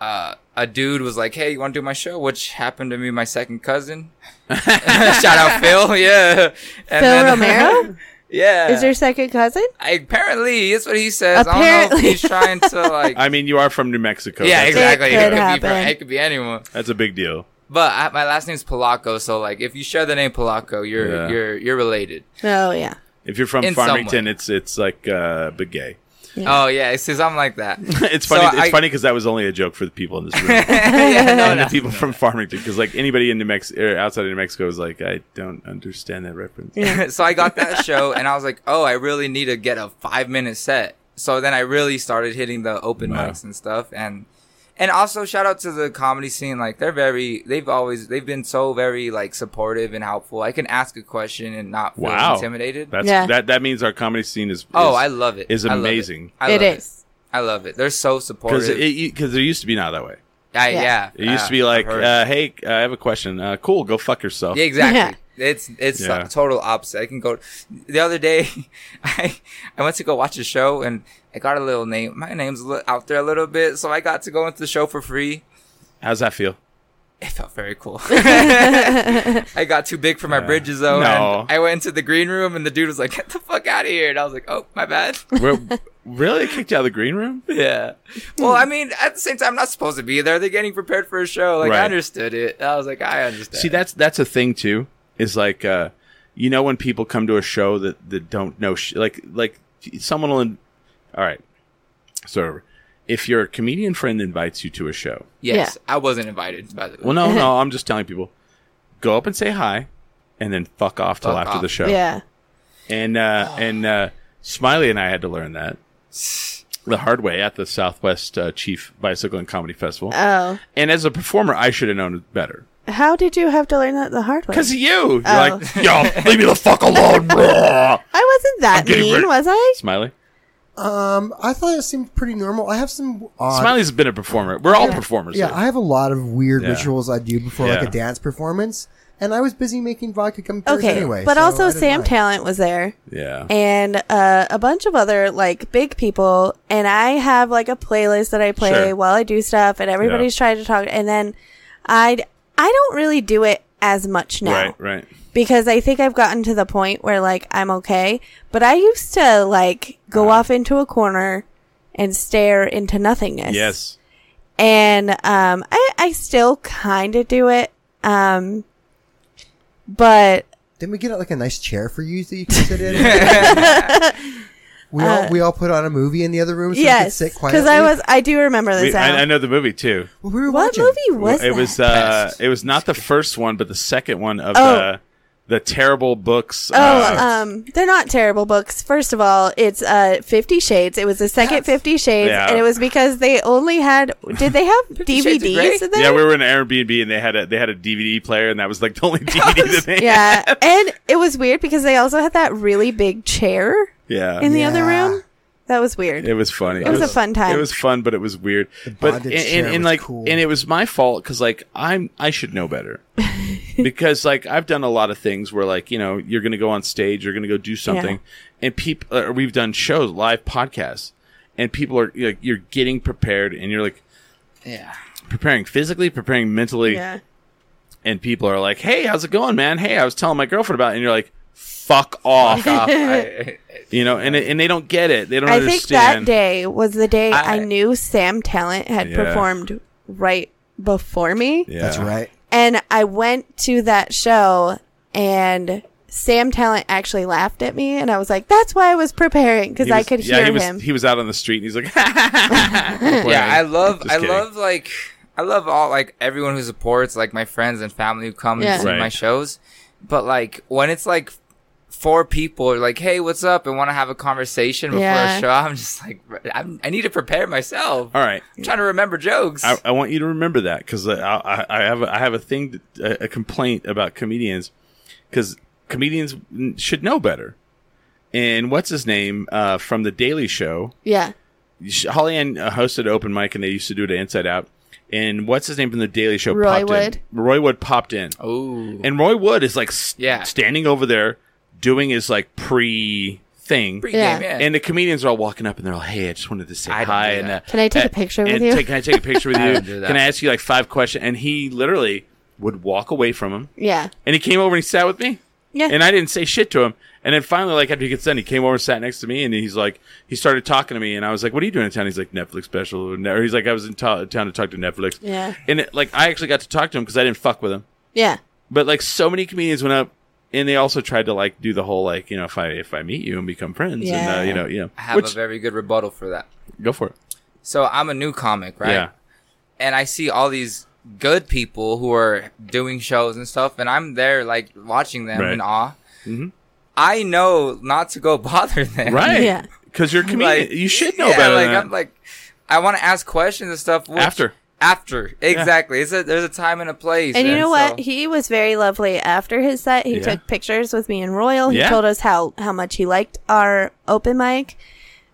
A: uh, a dude was like, "Hey, you want to do my show?" Which happened to be my second
C: [LAUGHS]
A: cousin. [LAUGHS] Shout out Phil, yeah. And
B: Phil
A: then-
B: Romero
A: [LAUGHS]
B: [LAUGHS]
A: yeah.
B: is your second cousin.
A: Apparently, that's what he says. I don't know if
B: Apparently.
A: he's
B: [LAUGHS]
A: trying to like.
C: I mean, you are from New Mexico.
A: yeah,
C: That's-
A: exactly.
B: It could
A: It could, be,
B: happen.
A: it could be anyone.
C: That's a big deal.
A: But I, my last name's Polacco, so like, if you share the name Polacco, you're
C: Yeah.
A: you're you're related.
B: Oh yeah.
C: If you're from
A: In some
C: Farmington,
A: way.
C: it's it's like uh, big gay. [LAUGHS]
A: Oh yeah, it says I'm
B: [LAUGHS]
A: like that. [LAUGHS]
C: It's funny. it's funny
A: I-
C: 'cause funny because that was only a joke for the people in this
A: [LAUGHS]
C: room
A: Yeah, no,
C: and the
A: no.
C: people from Farmington. Because like anybody in New Mexico or outside of New Mexico is like, I don't understand that reference.
A: [LAUGHS] so I got that show, and I was like, oh, I really need to get a five minute set. So then I really started hitting the open
C: Wow.
A: mics and stuff, and and also shout out to the comedy scene. Like they're very, they've always, they've been so very like supportive and helpful. I can ask a question and not feel
C: Wow.
A: intimidated.
C: That's
B: Yeah.
C: that that means our comedy scene is, is
A: oh, I love it.
C: is
A: I love it.
C: amazing.
A: I love
B: it is.
A: I love it. They're so
C: because
A: supportive.
C: because there used to be not that way.
A: I-
B: Yeah.
A: yeah.
C: It used
A: uh,
C: to be like,
A: I've heard.
C: uh, hey, uh, I have a question. Uh, cool, go fuck [LAUGHS] yourself.
A: Yeah, exactly. It's it's
C: Yeah.
A: a total opposite. I can go. The other day, [LAUGHS] I I went to go watch a show and I got a little name. My name's a li- out there a little bit, so I got to go into the show for free.
C: How's that
A: [LAUGHS]
C: feel?
A: It felt very cool. [LAUGHS] I got too big for my bridges though.
C: No.
A: And I went into the green room and the dude was like, "Get the fuck out of here!" And I was like, "Oh,
C: [LAUGHS]
A: my bad."
C: We're, really kicked you out of the green room?
A: yeah. Well, I mean, at the same time, I'm not supposed to be there. They're getting prepared for a show. Like
C: Right.
A: I understood it. I was like, I understand.
C: See, that's that's a thing too. Is like, uh, you know, when people come to a show that that don't know, sh- like like someone will. In- All right, so if your comedian friend invites you to a show,
A: Yes, I wasn't invited. By the way.
C: well, no,
B: [LAUGHS]
C: no, I'm just telling people, go up and say hi, and then fuck off till
A: Fuck
C: after the
A: off.
C: show.
B: Yeah.
C: And uh, and uh, Smiley and I had to learn that the hard way at the Southwest uh, Chief Bicycle and Comedy Festival.
B: Oh.
C: and as a performer, I should have known better.
B: How did you have to learn that the hard way?
C: Because of you, you're
B: Oh.
C: like, yo, leave me the fuck alone,
B: [LAUGHS]
C: bro.
B: I wasn't that
C: getting
B: mean,
C: rid-
B: was I?
C: Smiley.
D: Um, I thought it seemed pretty normal. I have some odd.
C: Smiley's been a performer. We're all performers.
D: Yeah,
C: here.
D: I have a lot of weird
C: Yeah.
D: rituals I do before like
C: Yeah.
D: a dance performance, and I was busy making vodka gum pears
B: Okay.
D: anyway.
B: but
D: so I
B: also
D: didn't
B: Sam
D: mind.
B: Talent was there.
C: yeah.
B: and uh, a bunch of other like big people. And I have like a playlist that I play
C: Sure.
B: while I do stuff, and everybody's trying to talk. And then I I don't really do it as much now
C: Right, right.
B: because I think I've gotten to the point where like I'm okay. But I used to like go
C: Uh-huh.
B: off into a corner and stare into nothingness.
C: Yes.
B: And um, I I still kind of do it. Um, but
D: Didn't we get like a nice chair for you that you can sit in?
B: [LAUGHS]
D: we all we all put on a movie in the other room so we could
B: Uh, yes,
D: sit quietly.
B: because I was I do remember this.
C: We,
B: now.
C: I, I know the movie too.
D: Well, we were
B: What
D: watching.
B: movie was
C: it
B: that?
C: was uh
A: Best.
C: it was not the first one, but the second one of
B: Oh.
C: the the terrible books.
B: oh,
C: uh,
B: um, they're not terrible books. First of all, it's uh Fifty Shades. It was the second Fifty Shades,
C: Yeah.
B: and it was because they only had. Did they have
A: Shades of
B: DVDs
A: Grey?
B: in there?
C: yeah, we were in an Airbnb and they had a they had a DVD player and that was like the only [LAUGHS] DVD that they had.
B: yeah, and it was weird because they also had that really big chair
C: Yeah.
B: in the
D: Yeah.
B: other room. That was weird.
C: It was funny. It
B: was a fun time.
C: It was fun, but it was weird. But and,
D: bondage
C: and,
D: chair
C: and,
D: was
C: like
D: cool.
C: and it was my fault because like I'm I should know
B: [LAUGHS]
C: better because like I've done a lot of things where like you know you're gonna go on stage you're gonna go do something and people uh, we've done shows live podcasts and people are like you're getting prepared and you're like
A: yeah.
C: preparing physically preparing mentally
B: yeah,
C: and people are like hey how's it going man hey I was telling my girlfriend about it and you're like fuck
B: [LAUGHS]
C: off
A: I-
C: you know and it- and they don't get it they don't
B: I think that
C: understand
B: day was the day I,
A: I-
B: knew Sam Talent had
C: Yeah.
B: performed right before me.
C: yeah.
D: That's right.
B: And I went to that show and Sam Talent actually laughed at me and I was like, that's why I was preparing because
C: He
B: I
C: was-
B: could
C: yeah,
B: hear
C: he was,
B: him.
C: He was out on the street and he's like, [LAUGHS]
A: [LAUGHS] yeah, I love,
C: Just
A: I
C: kidding.
A: love like, I love all like everyone who supports, like my friends and family who come
B: Yeah.
A: and see
C: Right.
A: my shows. But like when it's like four people are like, "Hey, what's up?" and want to have a conversation before
B: Yeah.
A: a show, I'm just like, I'm, I need to prepare myself.
C: All right.
A: I'm trying to remember jokes.
C: I, I want you to remember that because I, I, I have a, I have a thing a, a complaint about comedians because comedians n- should know better. And what's his name uh, from the Daily Show?
B: Yeah.
C: Sh- Holly Ann uh, hosted open mic, and they used to do it at Inside Out. And what's his name from the Daily Show?
B: Roy
C: popped
B: Wood.
C: In. Roy Wood popped in,
A: Ooh.
C: and Roy Wood is like s
A: Oh, Yeah.
C: standing over there doing his like pre thing.
A: Pregame,
B: Yeah.
A: yeah.
C: And the comedians are all walking up and they're like, "Hey, I just wanted to say
A: I don't
C: hi."
A: do
C: And uh,
A: that.
B: Can I take a picture
C: and
B: with you?
C: take- can I take a picture with
A: [LAUGHS] I
C: you?
A: don't do that.
C: Can I ask you like five questions? And he literally would walk away from him.
B: yeah.
C: And he came over and he sat with me.
B: Yeah.
C: And I didn't say shit to him. And then finally, like after he gets done, he came over and sat next to me. And he's like, he started talking to me. And I was like, "What are you doing in town?" He's like, "Netflix special." Or ne- or he's like, "I was in to- town to talk to Netflix."
B: Yeah.
C: And it, like I actually got to talk to him because I didn't fuck with him.
B: yeah.
C: But like so many comedians went up. And they also tried to like do the whole like you know if I if I meet you and become friends and uh,
B: Yeah.
C: you know you know
A: I have
C: which
A: a very good rebuttal for that.
C: go for it
A: So I'm a new comic, right?
C: yeah
A: and I see all these good people who are doing shows and stuff, and I'm there like watching them
C: Right. Mm-hmm.
A: in awe. I know not to go [LAUGHS] bother them,
C: right
B: Yeah.
C: because you're a comedian
A: Like
C: you should know
A: yeah,
C: better
A: Like
C: than that.
A: I'm like, I want to ask questions and stuff which-
C: After.
A: After exactly, it's a, there's a time and a place.
B: And you know
A: so-
B: what? He was very lovely after his set. He
C: Yeah.
B: took pictures with me and Royal. He
C: Yeah.
B: told us how, how much he liked our open mic.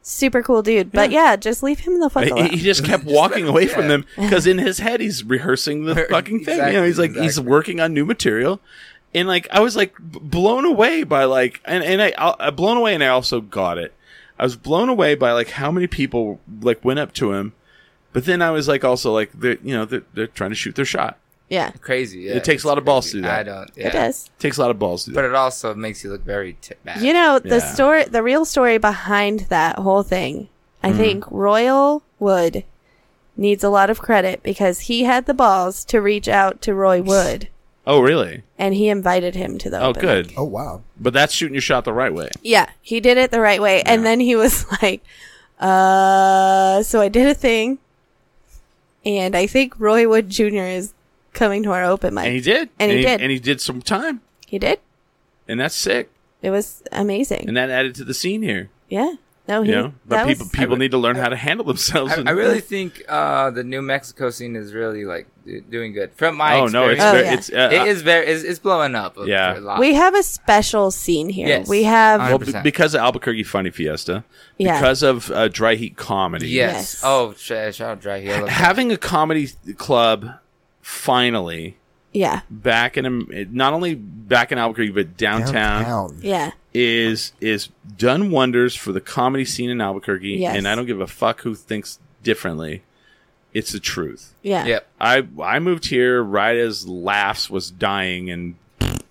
B: Super cool dude. But yeah, just leave him the fuck
C: He-
B: alone.
C: He just
B: [LAUGHS]
C: kept walking away from them because in his head he's rehearsing the fucking thing. You know, he's like
A: Exactly,
C: he's
A: exactly.
C: working on new material, and like I was like b- blown away by like and and I, I blown away and I also got it. I was blown away by like how many people like went up to him, but then I was like also like they're you know they're, they're trying to shoot their shot.
B: yeah.
A: Crazy. yeah,
C: It takes a lot
A: it's
C: of balls
A: crazy.
C: to do that.
A: I don't. Yeah.
B: It does.
C: Takes a lot of balls to do.
A: But
C: But
A: it also makes you look very t- bad.
B: You know, the
C: Yeah.
B: story, the real story behind that whole thing,
C: Mm.
B: I think Royal Wood needs a lot of credit because he had the balls to reach out to Roy Wood
C: oh really?
B: and he invited him to the
C: Oh
B: open
C: good.
B: mic.
D: Oh wow.
C: But that's shooting your shot the right way.
B: Yeah, he did it the right way. And then he was [LAUGHS] like, uh, so I did a thing. And I think Roy Wood Jr. is coming to our open mic.
C: And he did.
B: And he did.
C: And he did some time.
B: He did.
C: And that's sick.
B: It was amazing.
C: And that added to the scene here.
B: yeah. No, he.
C: you know but
B: that
C: people
B: was,
C: people need to learn how to handle themselves
A: I,
C: and-
A: I really think uh, the New Mexico scene is really like do- doing good from my.
C: oh no it's
A: experience.
C: very,
B: Oh, yeah.
C: it's uh,
A: it is very it's, it's blowing up. a-
C: Yeah.
A: a lot.
B: we have a special scene here.
A: Yes.
B: We have.
C: well,
A: Hundred
C: b-
A: percent.
C: because of Albuquerque Funny Fiesta,
B: Yeah.
C: because of uh, dry heat comedy,
A: yes.
B: Yes.
A: Oh, sh- shout out Dry
C: [LAUGHS]
A: Hill.
C: having a comedy club finally
B: yeah.
C: back in Am- not only back in Albuquerque but downtown,
D: Downtown.
B: Yeah.
C: is is done wonders for the comedy scene in Albuquerque,
B: Yes.
C: and I don't give a fuck who thinks differently. It's the truth.
B: Yeah.
A: Yep.
C: I I moved here right as Laughs was dying and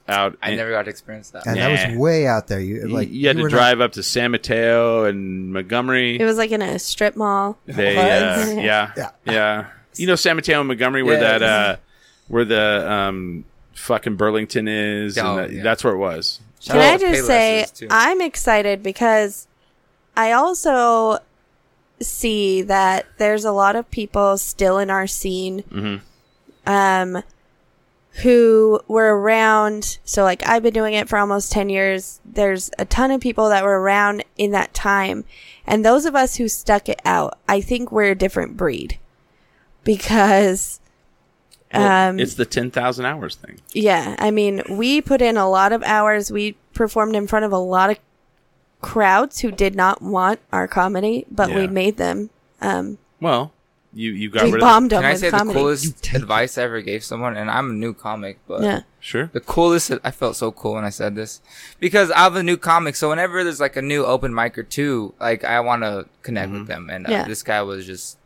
C: out.
A: I
C: and-
A: never got to experience that.
D: And that
C: Nah.
D: was way out there. You like
C: you had to
D: were not-
C: drive up to San Mateo and Montgomery.
B: It was like in a strip mall.
C: they,
D: What?
B: [LAUGHS]
C: uh, yeah, yeah,
D: Yeah.
C: You know San Mateo and Montgomery, where
A: Yeah.
C: that, uh, where the um, fucking Burlington is.
A: Oh,
C: and that-
A: yeah.
C: That's where it was.
A: Shout
B: Can
A: out
B: I
A: to
B: just
A: Payless
B: say
A: is too.
B: I'm excited because I also see that there's a lot of people still in our scene
A: Mm-hmm.
B: um who were around so like I've been doing it for almost 10 years there's a ton of people that were around in that time and those of us who stuck it out I think we're a different breed because
C: Well,
B: um
C: it's the ten thousand hours thing.
B: yeah, I mean, we put in a lot of hours. We performed in front of a lot of crowds who did not want our comedy, but
C: Yeah.
B: we made them. Um,
C: Well, you you got
B: we
C: rid
B: bombed
A: Can
B: them
A: I
B: with
A: say
B: comedy.
A: the
D: You
A: coolest
D: take
A: advice I ever gave someone? And I'm a new comic, but
B: yeah,
C: of sure.
A: the coolest. I felt so cool when I said this because I'm a new comic. So whenever there's like a new open mic or two, like I want to connect
C: Mm-hmm.
A: with them. And uh,
B: Yeah.
A: this guy was just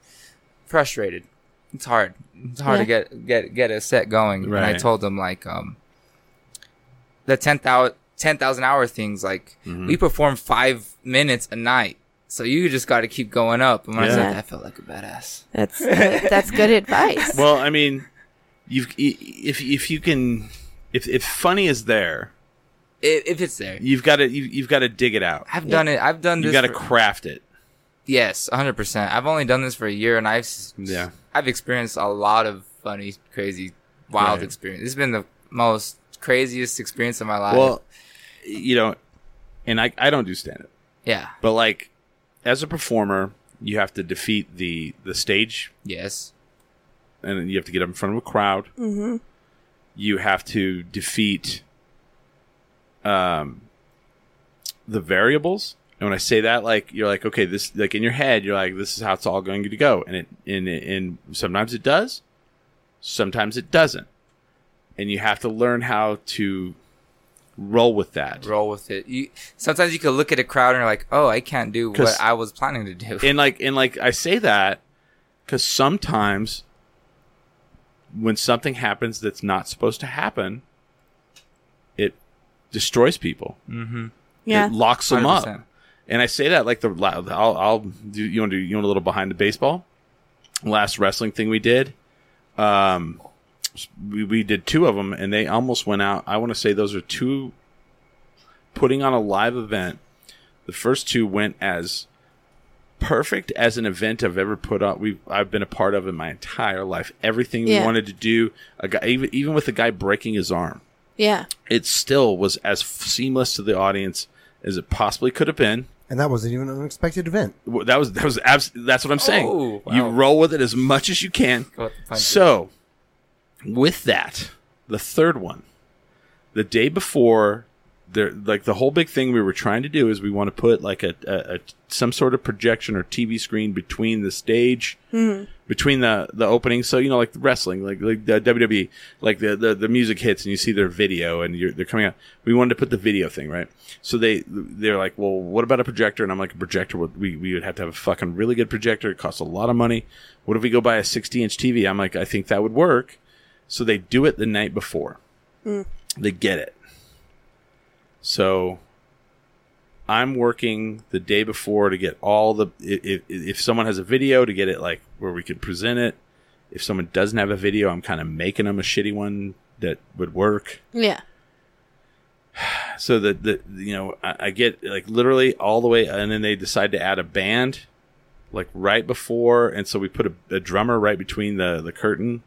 A: frustrated. It's hard. It's hard to
B: Yeah.
A: get get get a set going. And I
C: Right.
A: told him like um the 10,000 10,000 hour things like
C: Mm-hmm.
A: we perform 5 minutes a night. So you just got to keep going up. And when I
C: Yeah.
A: said that, I felt like a badass.
C: [LAUGHS]
B: that's good. that's good advice.
C: Well, I mean, you if if you can if if funny is there,
A: If, if it's there.
C: you've got to you, you've got to dig it out.
A: I've done it. I've done
C: You
A: this.
C: got to
A: for-
C: craft it.
A: Yes, 100%. I've only done this for a year and I've s-
C: Yeah.
A: I've experienced a lot of funny, crazy, wild
C: Right.
A: experience. It's been the most craziest experience of my life.
C: Well, you know, and I, I don't do stand up,
A: yeah.
C: but like as a performer, you have to defeat the the stage,
A: Yes.
C: and then you have to get up in front of a crowd. Mm-hmm. You have to defeat um the variables. And when I say that, like you're like, okay, this like in your head, you're like, this is how it's all going to go, and it and it- and sometimes it does, sometimes it doesn't, and you have to learn how to roll with that.
A: Roll with it. You sometimes you can look at a crowd and you're like, oh, I can't do
C: 'Cause-
A: what I was planning to do.
C: [LAUGHS] and like and like I say that because sometimes when something happens that's not supposed to happen, it destroys people.
B: Yeah.
C: It locks them up.
A: 100%.
C: And I say that like the la- I'll, I'll do you want to do you want a little behind the baseball last wrestling thing we did. Um, we, we did two of them and they almost went out. I want to say those are two putting on a live event. The first two went as perfect as an event I've ever put on. We I've been a part of in my entire life. Everything
B: Yeah.
C: we wanted to do, a guy even even with the guy breaking his arm
B: Yeah.
C: it still was as f- seamless to the audience as it possibly could have been.
D: And that wasn't even an unexpected event.
C: W- That was that was abs- that's what I'm saying.
A: Oh, wow.
C: You roll with it as much as you can.
A: Go with the punches.
C: So, with that, the third one, the day before, there like the whole big thing we were trying to do is we want to put like a, a, a some sort of projection or TV screen between the stage, between the the opening. So you know, like the wrestling, like like the WWE, like the the, the music hits and you see their video and you're, they're coming out. We wanted to put the video thing right. So they they're like, well, what about a projector? And I'm like, a projector would we we would have to have a fucking really good projector. It costs a lot of money. What if we go buy a 60 inch TV? I'm like, I think that would work. So they do it the night before. They get it. So I'm working the day before to get all the if, if someone has a video to get it like where we could present it. If someone doesn't have a video, I'm kind of making them a shitty one that would work.
B: Yeah.
C: So that the you know I, I get like literally all the way, and then they decide to add a band like right before, and so we put a, a drummer right between the the curtain,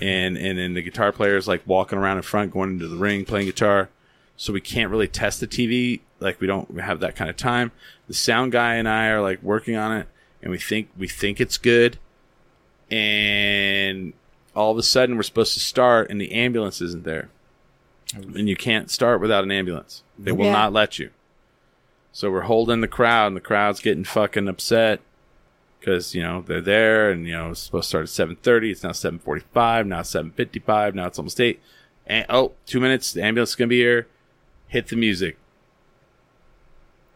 C: and and then the guitar player is like walking around in front, going into the ring, playing guitar. So we can't really test the TV, like we don't have that kind of time. The sound guy and I are like working on it, and we think we think it's good, and all of a sudden we're supposed to start, and the ambulance isn't there, and you can't start without an ambulance. They will
B: Yeah.
C: not let you. So we're holding the crowd, and the crowd's getting fucking upset because you know they're there, and you know it's supposed to start at seven thirty. It's now seven forty-five. Now seven fifty-five. Now it's almost eight. And oh, two minutes. The ambulance is gonna be here. Hit the music.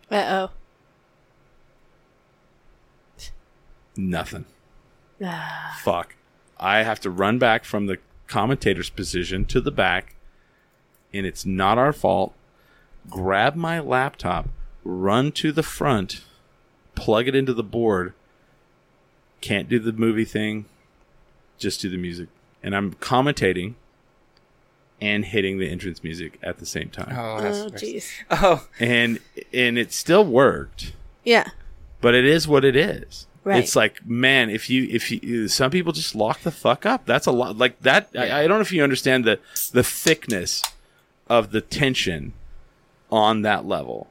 B: Uh
C: Nothing.
B: oh.
C: Fuck. I have to run back from the commentator's position to the back, and it's not our fault. Grab my laptop, run to the front, plug it into the board. Can't do the movie thing, just do the music. And I'm commentating and hitting the entrance music at the same time.
A: Oh, that's
B: Oh,
A: worse.
B: jeez.
A: [LAUGHS] Oh,
C: And and it still worked
B: Yeah.
C: but it is what it is.
B: Right.
C: It's like, man, if you if you some people just lock the fuck up. That's a lot. Like that. I, I don't know if you understand the the thickness of the tension on that level.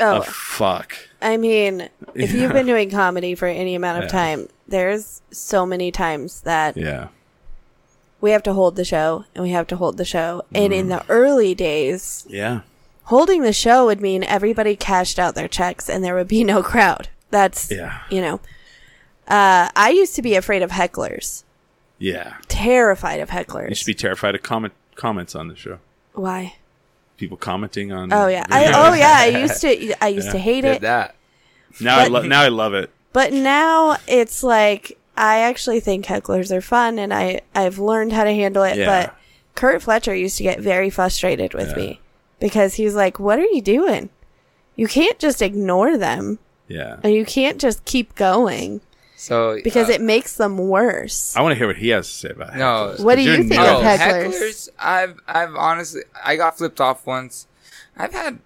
B: Oh,
C: Of fuck.
B: I mean, if
C: [LAUGHS]
B: you've been doing comedy for any amount of
C: Yeah.
B: time, there's so many times that
C: Yeah.
B: we have to hold the show and we have to hold the show. And in
C: Mm-hmm.
B: the early days,
C: Yeah.
B: holding the show would mean everybody cashed out their checks and there would be no crowd. That's,
C: Yeah.
B: you know, uh, I used to be afraid of hecklers,
C: Yeah.
B: terrified of
C: You
B: hecklers.
C: should be terrified of comment comments on the show.
B: Why?
C: People commenting on.
B: Oh yeah. I, oh yeah. I used to. I used to hate
A: did
B: it.
A: that.
C: [LAUGHS] now I lo- now I love it.
B: But now it's like I actually think hecklers are fun, and I I've learned how to handle it.
C: Yeah.
B: But Kurt Fletcher used to get very frustrated with me because he's like, "What are you doing? You can't just ignore them,
C: Yeah.
B: and you can't just keep going
A: So
B: because
A: uh,
B: it makes them worse."
A: Oh,
C: I want to hear what he has to say about it.
A: No.
B: What do
C: you're
B: you think
C: no.
B: of hecklers?
A: I've I've honestly I got flipped off once. I've had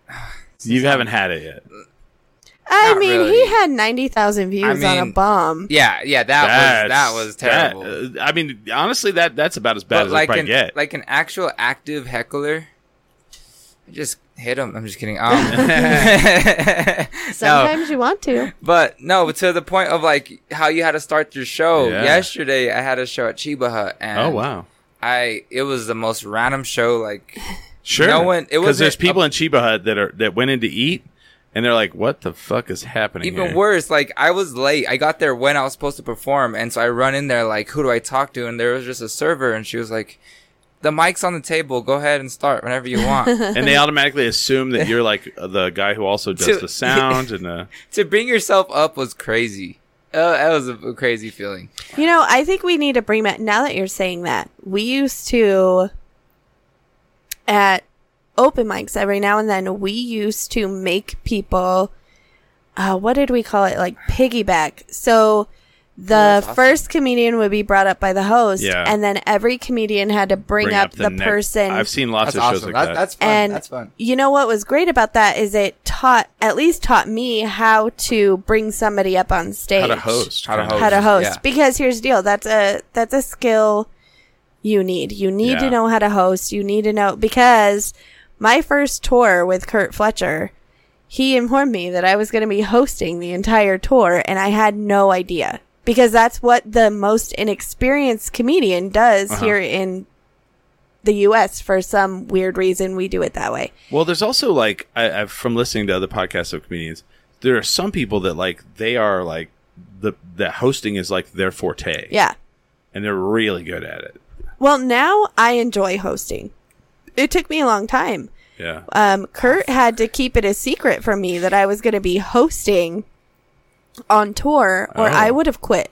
C: You haven't had it yet.
B: I
A: Not
B: mean,
A: really.
B: he had 90,000 views on a
A: mean,
B: bomb.
A: Yeah, yeah, that was that was terrible.
C: that- uh, I mean, honestly, that that's about as bad as I
A: like
C: probably
A: an
C: get.
A: like an actual active heckler, I just hit him. I'm just kidding.
C: [LAUGHS]
A: Um, [LAUGHS] no,
B: Sometimes you want to.
A: but no, but to the point of like how you had to start your show.
C: Yeah.
A: Yesterday, I had a show at Chiba Hut, and
C: oh wow,
A: I it was the most random show. Like
C: sure.
A: No one- it
C: because there's
A: wasn't
C: people in Chiba Hut that are that went in to eat, and they're like, "What the fuck is happening?"
A: even
C: here?"
A: worse, like I was late. I got there when I was supposed to perform, and so I run in there like, who do I talk to? And there was just a server, and she was like. The mic's on the table. Go ahead and start whenever you want.
C: and they automatically assume that you're like the guy who also does
A: Dude.
C: the sound and uh, the.
A: to bring yourself up was crazy. Uh, that was a crazy feeling.
B: You know, I think we need to bring back, now that you're saying that, we used to, at open mics every now and then, we used to make people, uh, what did we call it? Like piggyback. So the
A: that's awesome.
B: first comedian would be brought up by the host,
C: Yeah.
B: and then every comedian had to [LAUGHS] bring, up, the,
C: next-
B: person.
C: I've seen lots
A: That's
C: of shows
A: awesome.
C: like
A: That-
C: that.
A: That's fun.
B: and
A: that's fun.
B: you know what was great about that is it taught at least taught me how to bring somebody up on stage
C: how to host.
A: How to
C: kinda.
A: host.
B: how to host
A: Yeah.
B: because here's the deal that's a that's a skill you need you need
C: Yeah.
B: to know how to host you need to know because my first tour with kurt fletcher he informed me that i was going to be hosting the entire tour and i had no idea because that's what the most inexperienced comedian does
A: Uh-huh.
B: here in the us for some weird reason we do it that way
C: Well, there's also like I, I've from listening to other podcasts of comedians, there are some people that like they are like the the hosting is like their forte.
B: yeah
C: And they're really good at it.
B: Well, now I enjoy hosting. It took me a long time.
C: Yeah.
B: Um, Kurt had to keep it a secret from me that I was going to be hosting on tour, or
C: Oh.
B: I would have quit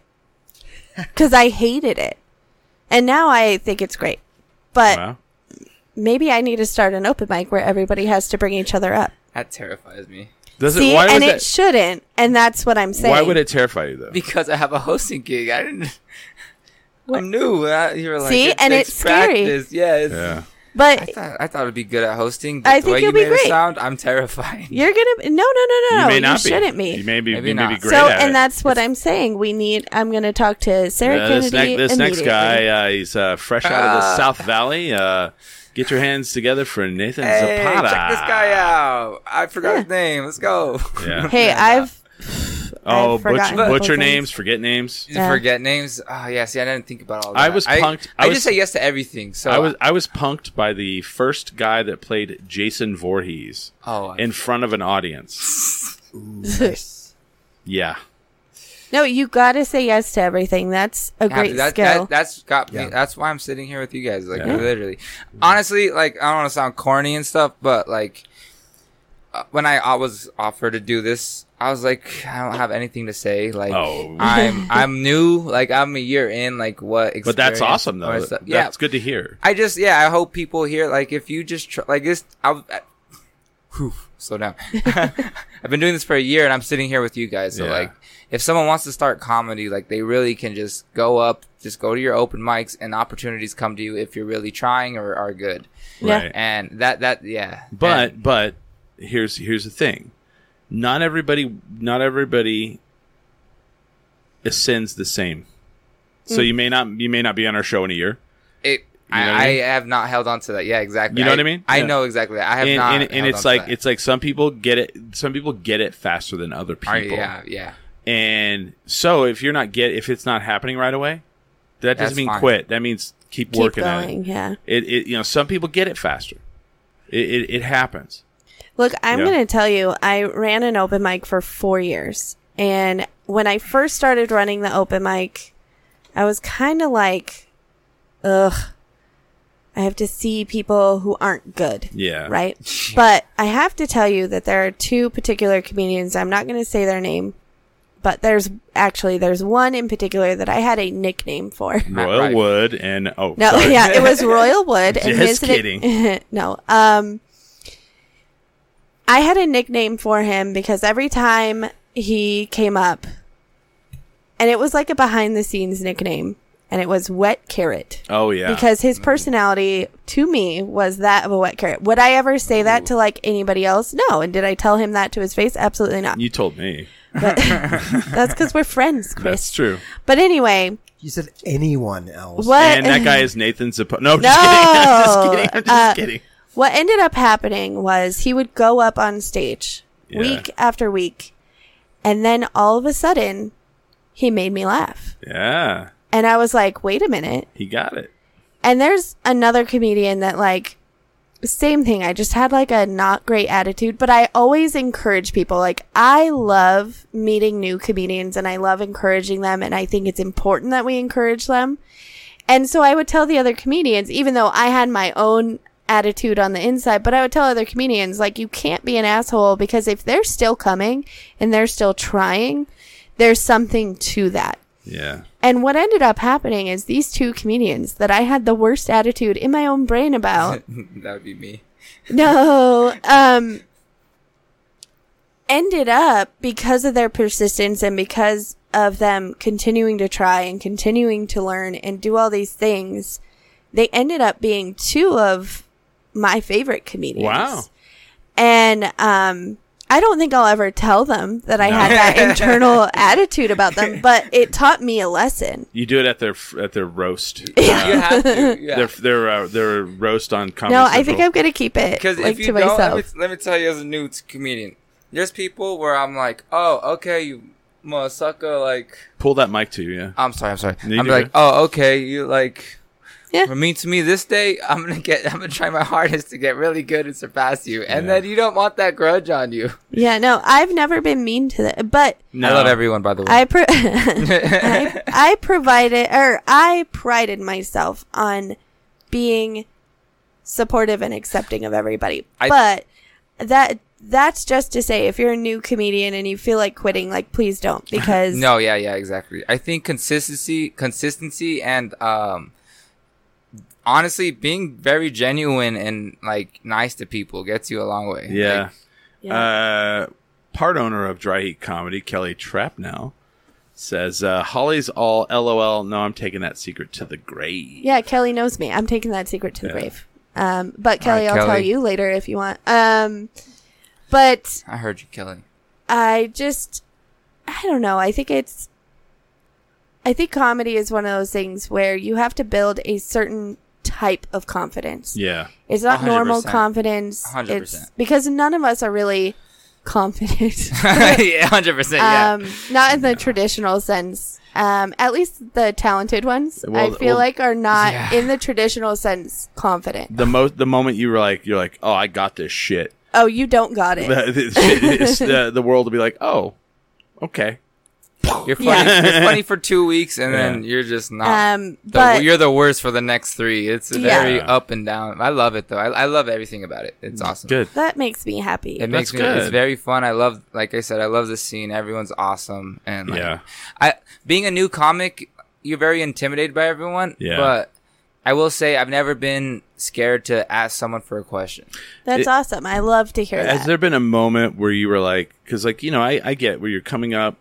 B: because I hated it. And now I think it's great. But
C: Wow.
B: maybe I need to start an open mic where everybody has to bring each other up.
A: That terrifies me
C: Does
B: See,
C: it why would
B: and it
C: that,
B: shouldn't. And that's what I'm saying.
C: why would it terrify you though?
A: because I have a hosting gig. I didn't. I'm new. I, you were like,
B: See?
A: it
B: And
A: takes
B: it's scary.
A: practice. Yeah. It's,
C: yeah.
A: I
B: But
A: thought I thought it'd be good at hosting.
B: I
A: But the
B: think
A: way
B: you'll
A: you
B: be
A: made
B: great.
A: it sound, I'm terrified.
B: you're going to. No, no, no,
C: you
B: no, no.
C: may not be.
B: shouldn't be.
C: You may be
A: Maybe
C: you may be
A: not.
C: great
B: so,
C: at
B: and
C: it.
B: that's what I'm saying. We need. I'm going to talk to Sarah
C: Uh,
B: Kennedy.
C: this next, this next
B: immediately.
C: guy, uh, he's uh, fresh out of
A: Ah.
C: the South Valley. Uh, get your hands together for Nathan
A: Hey,
C: Zapata.
A: check this guy out. I forgot his name. Let's go.
C: Yeah.
B: Hey, I've
C: [LAUGHS] oh, butch,
B: forgotten
C: butcher
B: people's names.
C: names, forget names.
A: [LAUGHS] Did you
B: Yeah.
A: forget names? Oh, yeah. See, I didn't think about all that.
C: I was punked. I
A: I,
C: was-
A: just say yes to everything. So
C: I was I was punked by the first guy that played Jason Voorhees
A: Oh, I-
C: in
A: [LAUGHS]
C: front of an audience. Yeah.
B: no. You got to say yes to everything. That's a
A: happy.
B: great
A: that,
B: skill.
A: That, that's got me.
D: Yeah.
A: That's why I'm sitting here with you guys. Like
C: Yeah.
A: literally, honestly, like I don't want to sound corny and stuff, but like uh, when I, I was offered to do this, I was like, I don't have anything to say. Like
C: Oh.
B: [LAUGHS]
A: I'm I'm new. Like I'm a year in. Like what?
C: But that's
A: experience
C: awesome
A: or
C: though.
A: stuff-
C: That's
A: Oh, Yeah,
C: good to hear.
A: I just yeah, I hope people here like if you just tr- like this. I'll, I, whew, slow down. [LAUGHS] I've been doing this for a year, and I'm sitting here with you guys. So
C: Yeah.
A: like, if someone wants to start comedy, like they really can just go up, just go to your open mics, and opportunities come to you if you're really trying or are good.
B: yeah.
C: Right.
A: And that that yeah,
C: But
A: And-
C: but here's here's the thing. Not everybody not everybody ascends the same. So
A: Mm.
C: you may not you may not be on our show in a year.
A: it.
C: know what
A: I,
C: I
A: I
C: mean?
A: have not held on to that. Yeah, exactly.
C: You know what I
A: I
C: mean?
A: I
C: Yeah.
A: know exactly that. I have
C: and
A: not.
C: and, and
A: held on
C: it's
A: to
C: like
A: that.
C: it's like some people get it some people get it faster than other people.
A: Are- yeah, yeah. [LAUGHS]
C: And so if you're not get if it's not happening right away, that doesn't
A: That's
C: mean
A: fine.
C: quit. That means keep,
B: Keep
C: working at
B: going.
C: it.
B: Yeah.
C: it. It you know some people get it faster. It it, it happens.
B: Look, I'm
C: Yeah.
B: going to tell you, I ran an open mic for four years. And when I first started running the open mic, I was kind of like, ugh, I have to see people who aren't good.
C: Yeah. [LAUGHS]
B: Right. But I have to tell you that there are two particular comedians. I'm not going to say their name, but there's actually, there's one in particular that I had a nickname for.
C: Royal
A: Right.
C: Wood and oh
B: No, [LAUGHS]
C: sorry.
B: yeah, it was
C: [LAUGHS]
B: Royal Wood. and
C: Just
B: his nick-
C: kidding.
B: [LAUGHS] no, um, I had a nickname for him because every time he came up, and it was like a behind the scenes nickname. and it was wet carrot.
C: Oh yeah.
B: Because his personality to me was that of a wet carrot. Would I ever say that to like anybody else? No. And did I tell him that to his face? Absolutely not.
C: you told me.
B: But that's because we're friends, Chris.
C: [LAUGHS] That's true.
B: But anyway,
D: You said anyone else.
B: what
C: and that
B: [LAUGHS]
C: guy is Nathan Zapo. No, I'm
B: No,
C: just kidding. [LAUGHS] I'm just kidding. I'm just
B: uh,
C: kidding.
B: What ended up happening was he would go up on stage
C: Yeah.
B: week after week, and then all of a sudden, he made me laugh.
C: Yeah,
B: And I was like, wait a minute.
C: he got it.
B: And there's another comedian that, like, same thing. I just had like a not great attitude, but I always encourage people. Like, I love meeting new comedians and I love encouraging them. And I think it's important that we encourage them. And so I would tell the other comedians, even though I had my own attitude on the inside, but I would tell other comedians, like, you can't be an asshole because if they're still coming and they're still trying, there's something to that.
C: Yeah.
B: And what ended up happening is these two comedians that I had the worst attitude in my own brain
A: [LAUGHS]
B: about.
A: that would be me.
B: no, um, ended up because of their persistence and because of them continuing to try and continuing to learn and do all these things, they ended up being two of my favorite comedians.
C: Wow.
B: And, um, I don't think I'll ever tell them that I had that internal attitude about them, but it taught me a lesson.
C: You do it at their f- at their
B: [LAUGHS]
C: roast.
A: You
C: [LAUGHS]
A: have to.
C: Their
A: Yeah.
C: their uh, their roast on Comedy
B: No, I think
C: Central.
B: I'm gonna keep it
A: Because
B: like
A: if you
B: to
A: don't, let
B: myself.
A: me, let me tell you, as a new t- comedian, there's people where I'm like, oh, okay, you motherfucker, like,
C: pull that mic to you. Yeah.
A: I'm sorry, I'm sorry.
C: No, you
A: I'm
C: do
A: like,
C: it.
A: oh, okay, you like.
B: Yeah.
A: For me to me this day, I'm gonna get. [LAUGHS] I'm gonna try my hardest to get really good and surpass you, and
C: Yeah.
A: then you don't want that grudge on you.
B: yeah, no, I've never been mean to that, but
C: No.
A: I love everyone, by the way.
B: I, pro- [LAUGHS] I I provided or I prided myself on being supportive and accepting of everybody.
A: I-
B: but that that's just to say, if you're a new comedian and you feel like quitting, like please don't because
A: No, yeah, yeah, exactly. I think consistency, consistency, and um, honestly, being very genuine and like nice to people gets you a long way.
C: Yeah.
A: Like,
B: Yeah.
C: Uh, part owner of Dry Heat Comedy, Kelly Trapnow, says uh, Holly's all LOL. No, I'm taking that secret to the grave.
B: Yeah, Kelly knows me. I'm taking that secret to the
C: Yeah.
B: grave. Um, but Kelly, I'll tell
A: Kelly.
B: you later if you want. Um, but
A: I heard you, Kelly.
B: I just, I don't know. I think it's, I think comedy is one of those things where you have to build a certain type of confidence.
C: Yeah.
B: It's not normal
A: 100%.
B: confidence.
A: 100%.
B: It's because none of us are really
C: [LAUGHS]
B: confident.
A: yeah, hundred percent. Yeah.
B: Um, not in the traditional sense. Um, at least the talented ones,
C: Well,
B: I feel
C: well-
B: like, are not
A: Yeah.
B: in the traditional sense confident.
C: The most the moment you were like you're like oh I got this shit.
B: Oh, you don't
C: [LAUGHS]
B: got it.
C: The, the, it's- uh, the, the world will be like oh okay
A: you're funny. You're funny for two weeks, and then
C: Yeah.
A: you're just not.
B: Um,
A: the,
B: but
A: you're the worst for the next three. It's
B: Yeah.
A: very
C: Yeah.
A: up and down. I love it though. I, I love everything about it. It's awesome.
C: good.
B: that makes me happy.
A: It makes
C: That's
A: me. It's
C: good.
A: very fun. I love, like I said, I love the scene. Everyone's awesome, and like,
C: Yeah.
A: I being a new comic, you're very intimidated by everyone.
C: Yeah.
A: But I will say, I've never been scared to ask someone for a question.
B: That's
C: It-
B: awesome. I love to hear
C: Has
B: that.
C: there been a moment where you were like, because like you know, I, I get where you're coming up,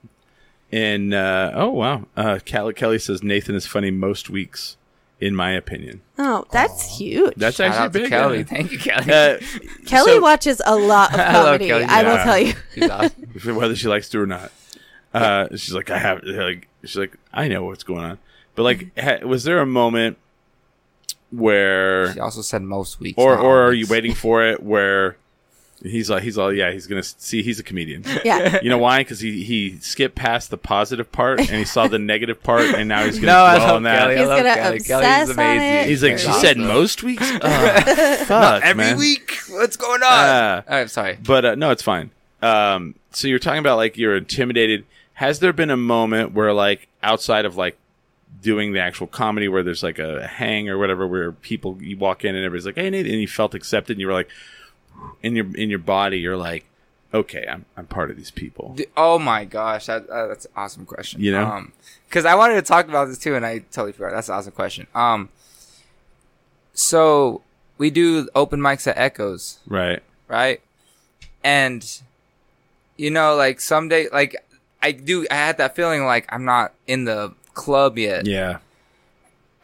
C: and uh, oh wow, uh, Kelly Kelly says Nathan is funny most weeks, in my opinion.
B: oh, that's huge.
C: That's
A: Shout
C: actually
A: out to
C: big.
A: Kelly.
C: yeah. [LAUGHS]
A: Thank you, [LAUGHS] Kelly.
C: Uh,
B: Kelly
C: so-
B: watches a lot of
A: [LAUGHS] I love
B: comedy. I,
A: Kelly.
B: will
C: Yeah.
B: tell you. [LAUGHS]
A: She's awesome.
C: whether she likes to or not. Uh, she's like, I have. Like, she's like, I know what's going on. But like, ha- was there a moment where,
A: She also said most weeks.
C: or
A: not
C: or
A: all
C: are you
A: weeks.
C: waiting for it where? He's like, he's all, yeah, he's gonna see. He's a comedian.
B: Yeah.
C: You know why? Because he he skipped past the positive part and he saw the negative part, and now he's gonna
A: [LAUGHS] No, I
C: dwell
A: love
C: on that.
A: Kelly. I
B: He's
A: love
B: gonna
A: Kelly.
B: obsess
A: Kelly's
B: on
A: amazing.
B: it.
C: He's like, she
A: Awesome.
C: said most
A: [LAUGHS]
C: weeks. Oh, fuck,
A: every
C: man.
A: week. What's going on? Oh,
C: Uh,
A: I'm sorry.
C: But uh, no, it's fine. Um, so you're talking about like you're intimidated. Has there been a moment where like outside of like doing the actual comedy where there's like a hang or whatever where people you walk in and everybody's like, "Hey, Nate," and you felt accepted and you were like in your in your body you're like, "Okay, I'm I'm part of these people."
A: D- Oh my gosh, that, uh, that's an awesome question.
C: You know?
A: because I wanted to talk about this too, and I totally forgot. That's an awesome question. Um, so we do open mics at Echoes,
C: Right.
A: right? And you know, like someday, like I do, I had that feeling like I'm not in the club yet,
C: Yeah.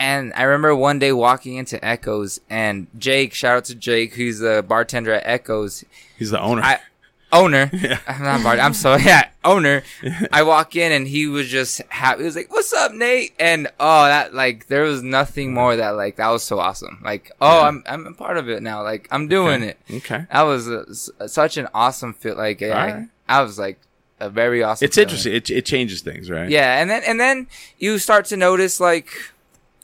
A: And I remember one day walking into Echoes and Jake, shout out to Jake, who's the bartender at Echoes.
C: He's the owner. [LAUGHS]
A: I owner. I'm not Bart. I'm sorry. Yeah,
C: [LAUGHS]
A: owner. I walk in and he was just happy. He was like, "What's up, Nate?" And oh, that like there was nothing more that like that was so awesome. Like, oh, I'm I'm a part of it now. Like, I'm doing
C: Okay.
A: it.
C: Okay.
A: That was a, s- such an awesome fit. Like, I,
C: Alright.
A: I was like a very awesome.
C: it's
A: feeling.
C: interesting. It, it changes things, right?
A: Yeah, and then and then you start to notice like.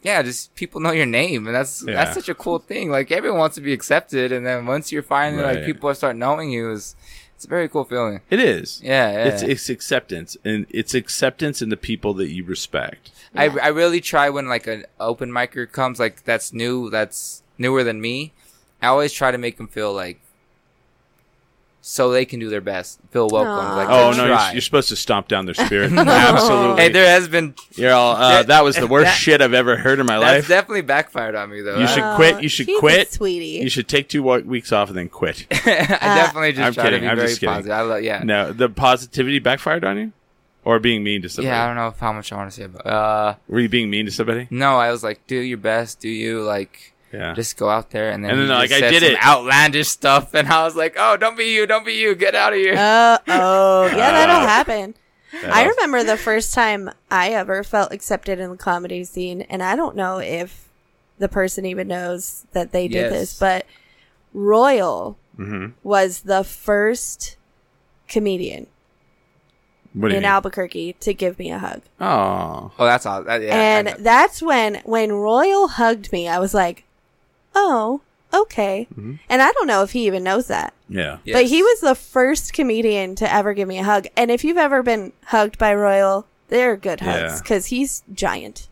A: Yeah, just people know your name, and that's
C: Yeah.
A: that's such a cool thing. Like everyone wants to be accepted, and then once you're finally
C: Right.
A: like people start knowing you, is it's a very cool feeling.
C: It is.
A: Yeah, yeah.
C: It's it's acceptance and it's acceptance in the people that you respect.
A: I, I really try when like an open micer comes like that's new that's newer than me i always try to make them feel like so they can do their best feel welcome
B: Aw.
A: like
C: Oh
A: they
C: no,
A: try.
C: you're, you're supposed to stomp down their spirit. Absolutely.
A: hey there has been
C: You're all, uh,
A: That-
C: that was the worst
A: that-
C: shit I've ever heard in my
A: that's
C: life.
A: definitely backfired on me though
C: You
A: I,
C: should
B: Oh,
C: quit. You should
B: she's a
C: quit.
B: sweetie.
C: you should take two wa- weeks off and then quit.
A: [LAUGHS]
C: [LAUGHS]
A: I definitely just
C: I'm
A: try
C: kidding,
A: to be
C: I'm
A: very
C: just kidding.
A: positive I love, yeah
C: no, the positivity backfired on you, or being mean to somebody.
A: yeah i don't know if- how much i want to say about uh
C: Were you being mean to somebody?
A: no i was like do your best do you like
C: Yeah.
A: just go out there and then
C: And
A: he
C: then,
A: just
C: like, I
A: said
C: did
A: some
C: it.
A: outlandish stuff and i was like oh don't be you don't be you get out of here
B: Uh
C: [LAUGHS]
B: oh,
C: Uh,
B: yeah, that'll happen. I
C: was-
B: remember the first time I ever felt accepted in the comedy scene, and I don't know if the person even knows that they did
A: Yes.
B: this, but Royal
C: Mm-hmm.
B: was the first comedian
C: What do you
B: in
C: mean?
B: Albuquerque to give me a hug.
C: oh,
A: oh that's all that, yeah, I
B: and
A: know.
B: that's when when Royal hugged me, I was like, "Oh, okay."
C: Mm-hmm.
B: And I don't know if he even knows that.
C: yeah.
B: But
A: Yes.
B: he was the first comedian to ever give me a hug. And if you've ever been hugged by Royal, they're good hugs
C: Yeah.
B: because he's giant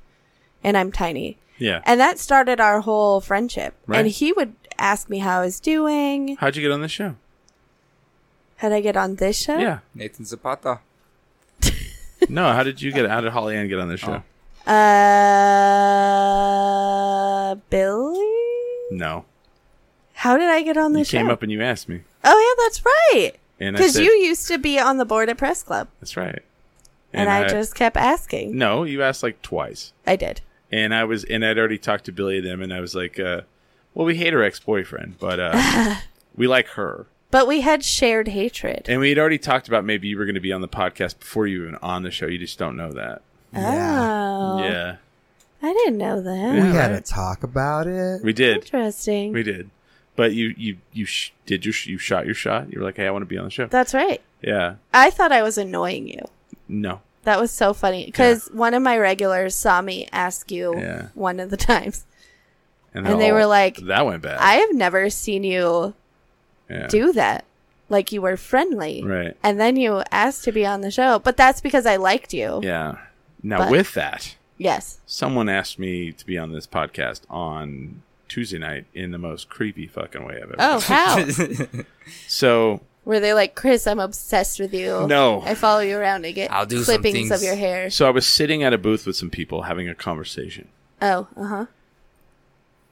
B: and I'm tiny.
C: Yeah.
B: And that started our whole friendship.
C: Right.
B: And he would ask me how I was doing.
C: How'd you get on this show?
B: How did I get on this show?
C: Yeah.
A: nathan zapata
C: No, how did you get? How did Holly Ann get on this show?
B: Uh, Billy?
C: No,
B: How did I get on
C: you
B: this show?
C: came up and you asked me,
B: oh, yeah, that's right.
C: and I
B: Because
C: said,
B: you used to be on the board at Press Club.
C: "That's right."
B: And, I, just kept asking.
C: no, you asked like twice.
B: I did.
C: and I was and I'd already talked to Billy and them, and I was like, uh, "Well, we hate her ex boyfriend, but
B: [LAUGHS]
C: uh, we like her."
B: But we had shared hatred.
C: And we had already talked about maybe you were going to be on the podcast before you were even on the show. You just don't know that.
B: Oh.
C: Yeah,
B: I didn't know that.
C: Yeah,
D: we had
C: right.
D: to talk about it.
C: we did,
B: Interesting.
C: we did. But you you you sh- did your sh- you shot your shot. You were like, "Hey, I want to be on the show."
B: That's right.
C: yeah,
B: I thought I was annoying you.
C: no,
B: That was so funny because one of my regulars saw me ask you
C: Yeah.
B: one of the [LAUGHS] times.
C: they're
B: And they were like,
C: "That went bad."
B: I have never seen you
C: Yeah.
B: do that. Like you were friendly.
C: Right.
B: And then you asked to be on the show, but that's because I liked you.
C: Yeah. Now
B: But-
C: with that,
B: Yes.
C: someone asked me to be on this podcast on Tuesday night in the most creepy fucking way I've ever.
B: Oh,
A: [LAUGHS]
C: [LAUGHS]
B: how?
C: So
B: Were they like, Chris, I'm obsessed with you.
C: No.
B: I follow you around. I get
A: I'll do some
B: clippings of
A: things."
B: your hair.
C: So I was sitting at a booth with some people having a conversation,
B: Oh, uh huh.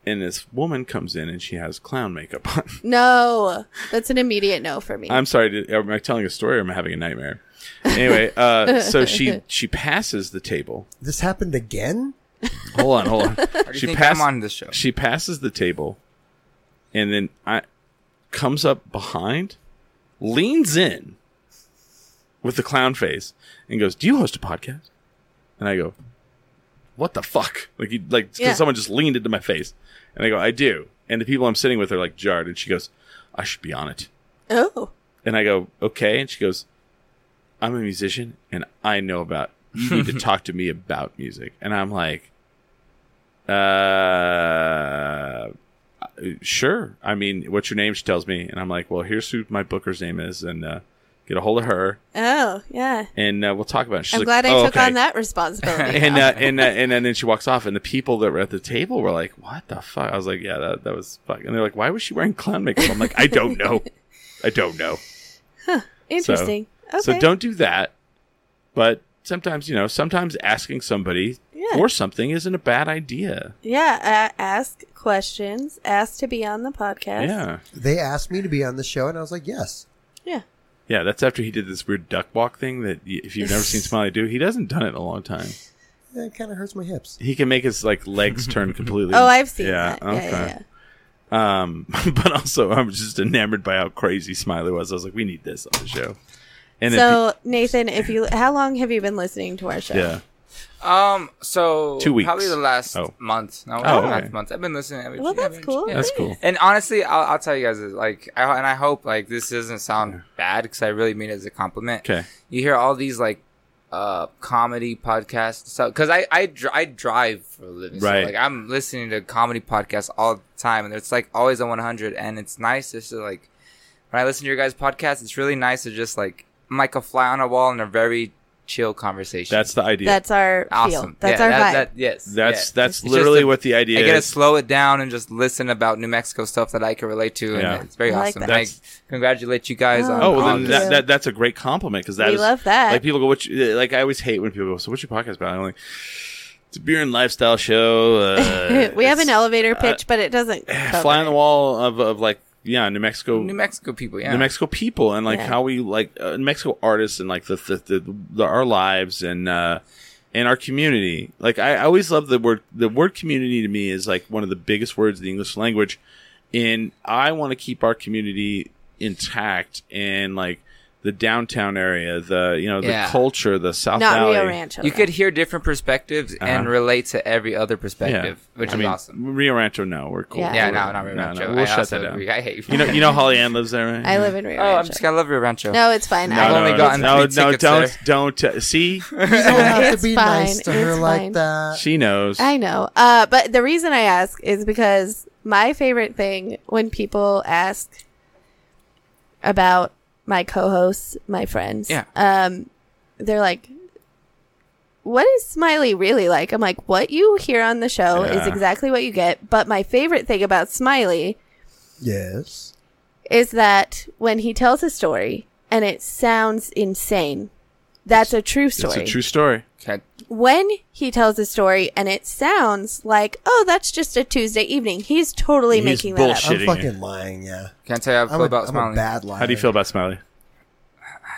C: and this woman comes in and she has clown makeup on.
B: No. That's an immediate no for me.
C: I'm sorry, did, am I telling a story or am I having a nightmare? Anyway, uh, so she she passes the table.
D: This happened again?
C: Hold on, hold on.
A: Why do you
C: She
A: think
C: pass-
A: I'm on this show.
C: She passes the table, and then I comes up behind, leans in with the clown face, and goes, "Do you host a podcast?" And I go, "What the fuck?" Like, you, like 'cause
B: Yeah.
C: someone just leaned into my face, and I go, "I do." And the people I'm sitting with are like jarred, and she goes, "I should be on it."
B: oh.
C: And I go, "Okay," and she goes, "I'm a musician, and I know about. You need to talk to me about music." And I'm like, uh, sure. I mean, what's your name? She tells me, and I'm like, well, here's who my booker's name is, and uh, get a hold of her,
B: Oh, yeah.
C: and uh, we'll talk about it. She's
B: I'm
C: like,
B: glad I
C: "Oh,
B: took
C: okay."
B: on that responsibility.
C: [LAUGHS] And uh, and uh, and then she walks off, and the people that were at the table were like, "What the fuck?" I was like, "Yeah, that, that was fuck." And they're like, "Why was she wearing clown makeup?" I'm like, "I don't know, I don't know." So-
B: Interesting. okay.
C: So don't do that. But sometimes, you know, sometimes asking somebody
B: Yeah.
C: for something isn't a bad idea.
B: Yeah, uh, ask questions. Ask to be on the podcast.
C: Yeah.
D: They asked me to be on the show, and I was like, yes.
B: Yeah. [LAUGHS]
C: Yeah, that's after he did this weird duck walk thing that y- if you've never seen Smiley do, he hasn't done it in a long time.
D: eh, it kind of hurts my hips.
C: He can make his like legs turn completely.
B: [LAUGHS] Oh, I've seen
C: Yeah,
B: that. Yeah, yeah, yeah.
C: Um, [LAUGHS] but also, I'm just enamored by how crazy Smiley was. I was like, we need this on the show. And then
B: So Nathan, if you how long have you been listening to our show?
C: pe- yeah,
A: Um, so
C: Two weeks.
A: probably the last
C: Oh.
A: month. No,
C: Oh,
A: last
C: okay.
A: month. I've been listening. Every,
B: Well, that's
A: every-
B: cool.
A: yeah.
C: that's
B: [LAUGHS]
C: cool.
A: And honestly, I'll, I'll tell you guys this, like, I, and I hope like this doesn't sound bad because I really mean it as a compliment.
C: Okay.
A: You hear all these like uh comedy podcasts so because I I, dr- I drive for a living so,
C: Right.
A: like i'm listening to comedy podcasts all the time and it's like always on 100 and it's nice just to like when i listen to your guys podcast it's really nice to just like i'm like a fly on a wall in a very chill conversation
C: That's the idea.
B: That's our feel.
A: awesome
B: That's
A: Yeah,
B: our
A: that,
B: vibe.
A: that- yes
C: That's
A: yeah.
C: that's
A: It's just
C: literally
A: a-
C: what the idea
A: I gotta
C: is.
A: slow it down and just listen about New Mexico stuff that I can relate to, and
C: Yeah.
A: it's very
B: I like
A: awesome.
B: that.
A: I congratulate you guys
B: Oh,
A: on.
C: oh, well,
A: on
C: then
A: this.
C: that, that that's a great compliment because that
B: We
C: is-
B: love that.
C: Like people go, what? You, like I always hate when people go, so what's your podcast about? I'm like, it's a beer and lifestyle
B: [LAUGHS]
C: show. Uh,
B: we have an
C: it's
B: elevator pitch, but it doesn't. cover
C: fly on
B: it.
C: the wall of of like yeah, New Mexico.
A: New Mexico people, yeah.
C: New Mexico people and like
B: Yeah.
C: how we like uh, New Mexico artists and like the the, the, the our lives and uh and our community. Like I, I always love the word the word community to me is like one of the biggest words in the English language and I want to keep our community intact and like the downtown area, the you know the
A: Yeah.
C: culture, the South
B: Not
C: Valley.
B: Rio Rancho.
A: you
B: though.
A: could hear different perspectives and
C: Uh-huh.
A: relate to every other perspective, which
C: I
A: is
C: mean,
A: awesome.
C: Rio Rancho, no, we're cool.
B: Yeah.
A: Yeah,
C: We're-
A: no, not Rio Rancho.
C: We'll
A: I
C: shut
A: also
C: that down.
A: agree. I hate
C: You know, you
A: [LAUGHS]
C: know, Holly Ann lives there, right?
B: I live in Rio
A: Oh, I'm
B: Rancho.
A: just gonna love Rio Rancho.
B: no, it's fine.
A: I've
B: I
A: only
B: don't-
A: gotten
C: Mm-hmm. no,
A: three
C: no,
A: tickets
C: don't,
A: there.
C: don't. uh,
A: [LAUGHS]
C: see,
D: You don't have
B: It's
D: to be
B: fine,
D: nice to her
B: it's fine.
D: like that.
C: she knows.
B: I know. Uh, but the reason I ask is because my favorite thing when people ask about my co-hosts, my friends,
A: Yeah.
B: um, they're like, "What is Smiley really like?" I'm like, "What you hear on the show is
C: Yeah.
B: exactly what you get." But my favorite thing about Smiley
D: Yes.
B: is that when he tells a story and it sounds insane, that's a true story
C: It's a true story.
A: Okay.
B: when he tells a story and it sounds like, oh, that's just a Tuesday evening, he's totally
C: He's
B: making that up.
C: bullshit.
D: I'm
C: Shitting
D: fucking lying, yeah.
A: Can I tell you how I feel
D: I'm, a,
A: about
D: I'm a
A: smiling?
D: bad liar.
C: How do you feel about Smiley?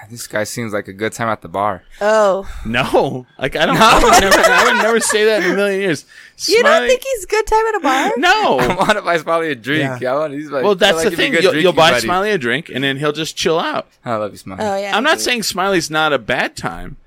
A: This guy seems like a good time at the bar.
B: Oh,
C: No, like I don't. I, would never, I would never say that in a million years.
B: [LAUGHS] you
C: Smiley-
B: don't think he's good time at a bar?
A: [LAUGHS] I
C: No.
A: want to buy Smiley a drink.
D: Yeah.
A: I want. He's like,
C: Oh. Well,
A: I
C: that's
A: like
C: the
A: to be a
C: thing.
A: good
C: You'll, you'll
A: drinking
C: buy
A: buddy.
C: Smiley a drink, and then he'll just chill out.
A: I love you, Smiley.
B: Oh yeah.
C: I'm not saying Smiley's not a bad time.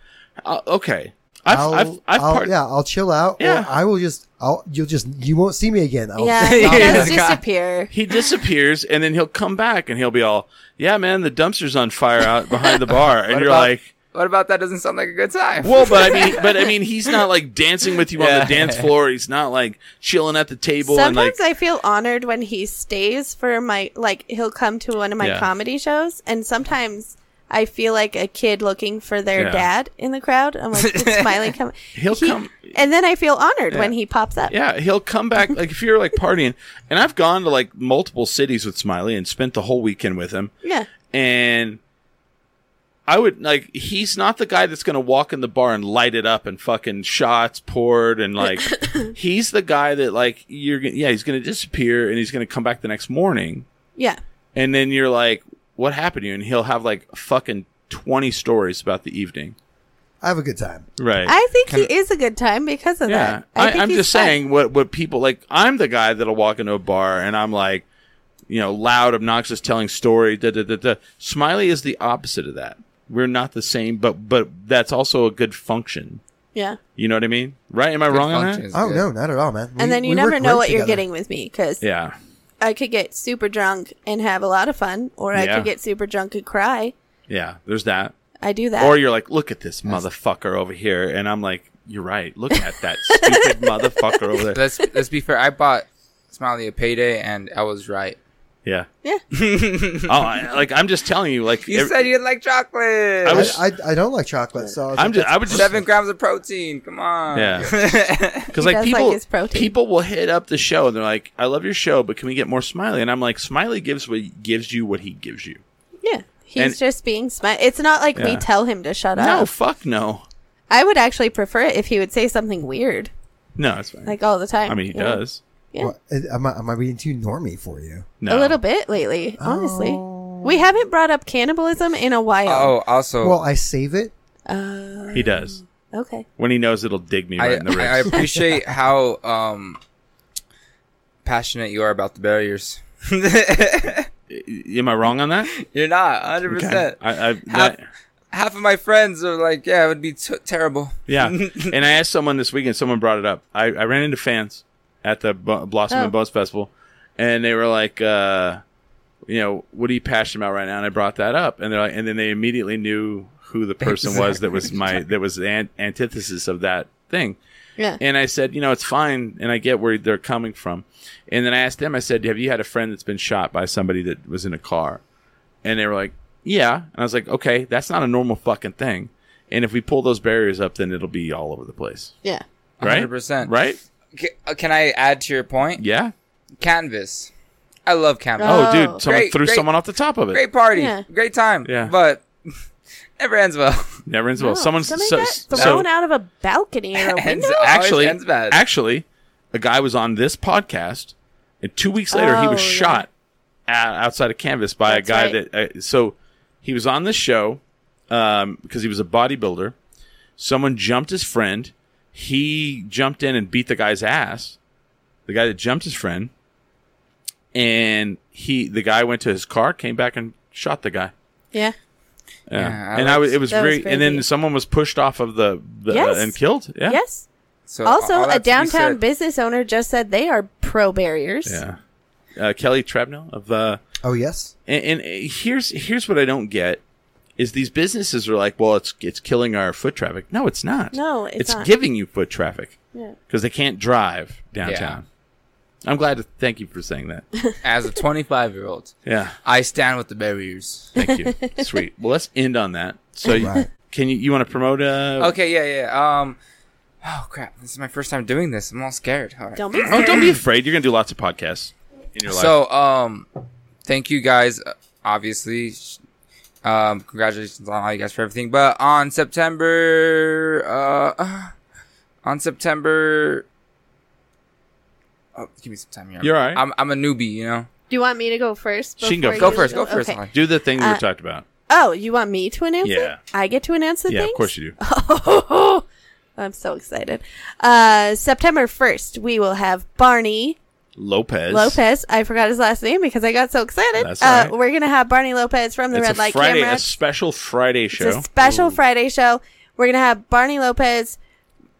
C: Uh, okay, I've,
D: I'll,
C: I've, I've
D: I'll-
C: part-
D: yeah, I'll chill out.
C: Yeah.
D: Or I will just, I'll, you'll just, you won't see me again. I'll,
B: Yeah, [LAUGHS]
A: Yeah,
B: he
C: [LAUGHS]
B: does
A: God.
B: disappear.
C: He disappears, and then he'll come back, and he'll be all, "Yeah, man, the dumpster's on fire out behind the
A: [LAUGHS]
C: bar," and
A: What
C: you're
A: about-
C: like.
A: What about that? Doesn't sound like a good time.
C: Well, but I mean, but I mean, he's not like dancing with you on
A: Yeah.
C: the dance floor. He's not like chilling at the table
B: Sometimes
C: and like
B: I feel honored when he stays for my like he'll come to one of my
C: Yeah.
B: comedy shows, and sometimes I feel like a kid looking for their
C: Yeah.
B: dad in the crowd. I'm like,
C: [LAUGHS]
B: "Did Smiley come.
C: He'll come-
B: and then I feel honored when he pops up.
C: yeah, he'll come back like if you're like partying. And I've gone to like multiple cities with Smiley and spent the whole weekend with him.
B: yeah.
C: And I would like he's not the guy that's going to walk in the bar and light it up and fucking shots poured and
B: [COUGHS]
C: like he's the guy that like you're gonna yeah, he's going to disappear and he's going to come back the next morning.
B: yeah.
C: And then you're like, what happened to you? And he'll have like fucking 20 stories about the evening.
D: I have a good time.
C: Right.
B: I think he is a good time because of
C: yeah.
B: that.
C: I
B: think
C: I, am
B: he's
C: just
B: fun.
C: saying what, what people like. I'm the guy that'll walk into a bar and I'm like, you know, loud, obnoxious, telling story. Da, da, da, da. Smiley is the opposite of that. We're not the same, but but that's also a good function.
B: Yeah.
C: You know what I mean? Right? Am I wrong on
A: function
C: that?
A: is
D: Oh,
A: [LAUGHS] good.
D: no, not at all, man. We-
B: and then you
D: we
B: never
D: work
B: know
D: great
B: what you're
D: together.
B: getting with me because
C: Yeah.
B: I could get super drunk and have a lot of fun, or I
C: Yeah.
B: could get super drunk and cry.
C: Yeah. There's that.
B: I do that.
C: Or you're like, look at this motherfucker over here. And I'm like, you're right. Look at that
B: [LAUGHS]
C: stupid motherfucker over there.
A: let's let's be fair. I bought Smiley a payday, and I was right.
C: Yeah.
B: yeah,
C: Oh, I, like, I'm just telling you, like,
A: You
C: ev-
A: said you like chocolate.
C: I
D: I,
C: was-
D: I, I don't like chocolate, so I was
C: I'm
D: like,
C: just,
D: that's-
C: I would just
A: seven grams of protein. Come on.
C: Yeah. [LAUGHS]
A: [LAUGHS]
C: Because
B: He
C: like
B: does
C: people,
B: like his protein.
C: people will hit up the show and they're like, "I love your show, but can we get more Smiley?" And I'm like, "Smiley gives what gives you what he gives you."
B: yeah. He's
C: And-
B: just being smart. It's not like we
C: Yeah.
B: tell him to shut
C: No,
B: up.
C: fuck no,
B: I would actually prefer it if he would say something weird,
C: no, it's fine.
B: like all the time.
C: I mean, he
B: you know?
C: does.
B: Yeah,
D: What, am, I, am I being too normy for you?
C: No,
B: a little bit lately. Honestly, we
C: Oh.
B: haven't brought up cannibalism in a while. Uh,
A: Oh, also,
D: Well, I save it.
C: He does.
B: Okay.
C: When he knows it'll dig me right
A: [LAUGHS] I,
C: in the wrist. [LAUGHS]
A: I appreciate how um, passionate you are about the barriers. [LAUGHS]
C: Am I wrong on that?
A: You're not 100.
C: Okay.
A: percent
C: I, I,
A: Half,
C: that,
A: half of my friends are like, yeah, it would be t- terrible.
C: yeah. and I asked someone this weekend. Someone brought it up. I, I ran into fans at the B- Blossom
B: Oh.
C: and Bones Festival, and they were like, uh, you know, what are you passionate about right now? And I brought that up, and they're like, and then they immediately knew who the person was that was my that was the an- antithesis of that thing.
B: Yeah.
C: And I said, you know, it's fine, and I get where they're coming from. And then I asked them, I said, have you had a friend that's been shot by somebody that was in a car? And they were like, yeah. And I was like, okay, that's not a normal fucking thing. And if we pull those barriers up, then it'll be all over the place,
B: Yeah.
C: right?
A: 100%.
C: Right?
A: C- uh, Can I add to your point?
C: Yeah.
A: Canvas. I love canvas.
C: Oh,
B: Oh.
C: dude, someone
A: Great,
C: threw
A: great.
C: someone off the top of it.
A: Great party.
B: Yeah.
A: Great time.
C: Yeah.
A: But [LAUGHS] never ends well.
C: Never ends well.
B: No,
C: Someone's
B: Oh, somebody
C: so,
B: got
C: so-
B: thrown out of a
C: [LAUGHS]
B: balcony or a
A: Ends-
B: window.
A: always
C: actually,
A: ends bad.
C: actually, a guy was on this podcast, and two weeks later he was
B: Oh, yeah.
C: shot o- outside of Canvas by
B: That's
C: a guy
B: right.
C: that. Uh, so he was on this show because he was a bodybuilder. Someone jumped his friend. He jumped in and beat the guy's ass. The guy that jumped his friend, and he the guy went to his car, came back and shot the guy.
B: yeah.
C: Yeah.
A: Yeah, I
C: and I
A: like-
C: was, it was
B: That was
C: very, and then
B: crazy.
C: someone was pushed off of the, the
B: Yes.
C: and killed. Yeah.
B: Yes.
A: So all
B: Also,
A: that
B: a
A: to be
B: downtown
A: said-
B: business owner just said they are pro barriers.
C: Yeah. Uh, Kelly Trebnell of uh,
D: Oh yes.
C: and, and uh, here's here's what I don't get is these businesses are like, well, it's it's killing our foot traffic. No, it's not.
B: No, it's not.
C: giving you foot traffic
B: Yeah.
C: because they can't drive downtown. I'm glad to thank you for saying
B: [LAUGHS]
C: that.
A: As a 25 year old,
C: Yeah,
A: I stand with the barriers.
C: thank you. Sweet. Well, let's end on that. So, you-
D: Right.
C: can you you want to promote?
B: Oh.
C: Uh,
A: Okay, yeah, yeah. Um, oh crap, this is my first time doing this. I'm all scared. All right.
B: Don't be
C: Oh,
B: scared.
C: don't be afraid. You're gonna do lots of podcasts in your life.
A: So, um, thank you guys. uh, Obviously, sh- um, congratulations on all you guys for everything. But on September, uh, uh, on September. Oh, give me some time here.
C: You're all right.
A: I'm, I'm a newbie, you know.
B: Do you want me to go first?
C: She can go
B: before
A: Go
B: you
A: first. Go first.
B: Okay.
A: Holly.
C: do the thing we were
B: Uh,
C: talked about.
B: Oh, you want me to announce it?
C: Yeah.
B: I get to announce the
C: Yeah,
B: things?
C: of course
B: [LAUGHS]
C: you do.
B: I'm so excited. Uh, September 1st, we will have Barney
C: Lopez.
B: Lopez. I forgot his last name because I got so excited.
C: That's
B: uh,
C: all right.
B: We're going to have Barney Lopez from the
C: It's
B: Red
C: a
B: Light
C: Friday,
B: Camera.
C: a special Friday show.
B: It's a special Friday show. We're going to have Barney Lopez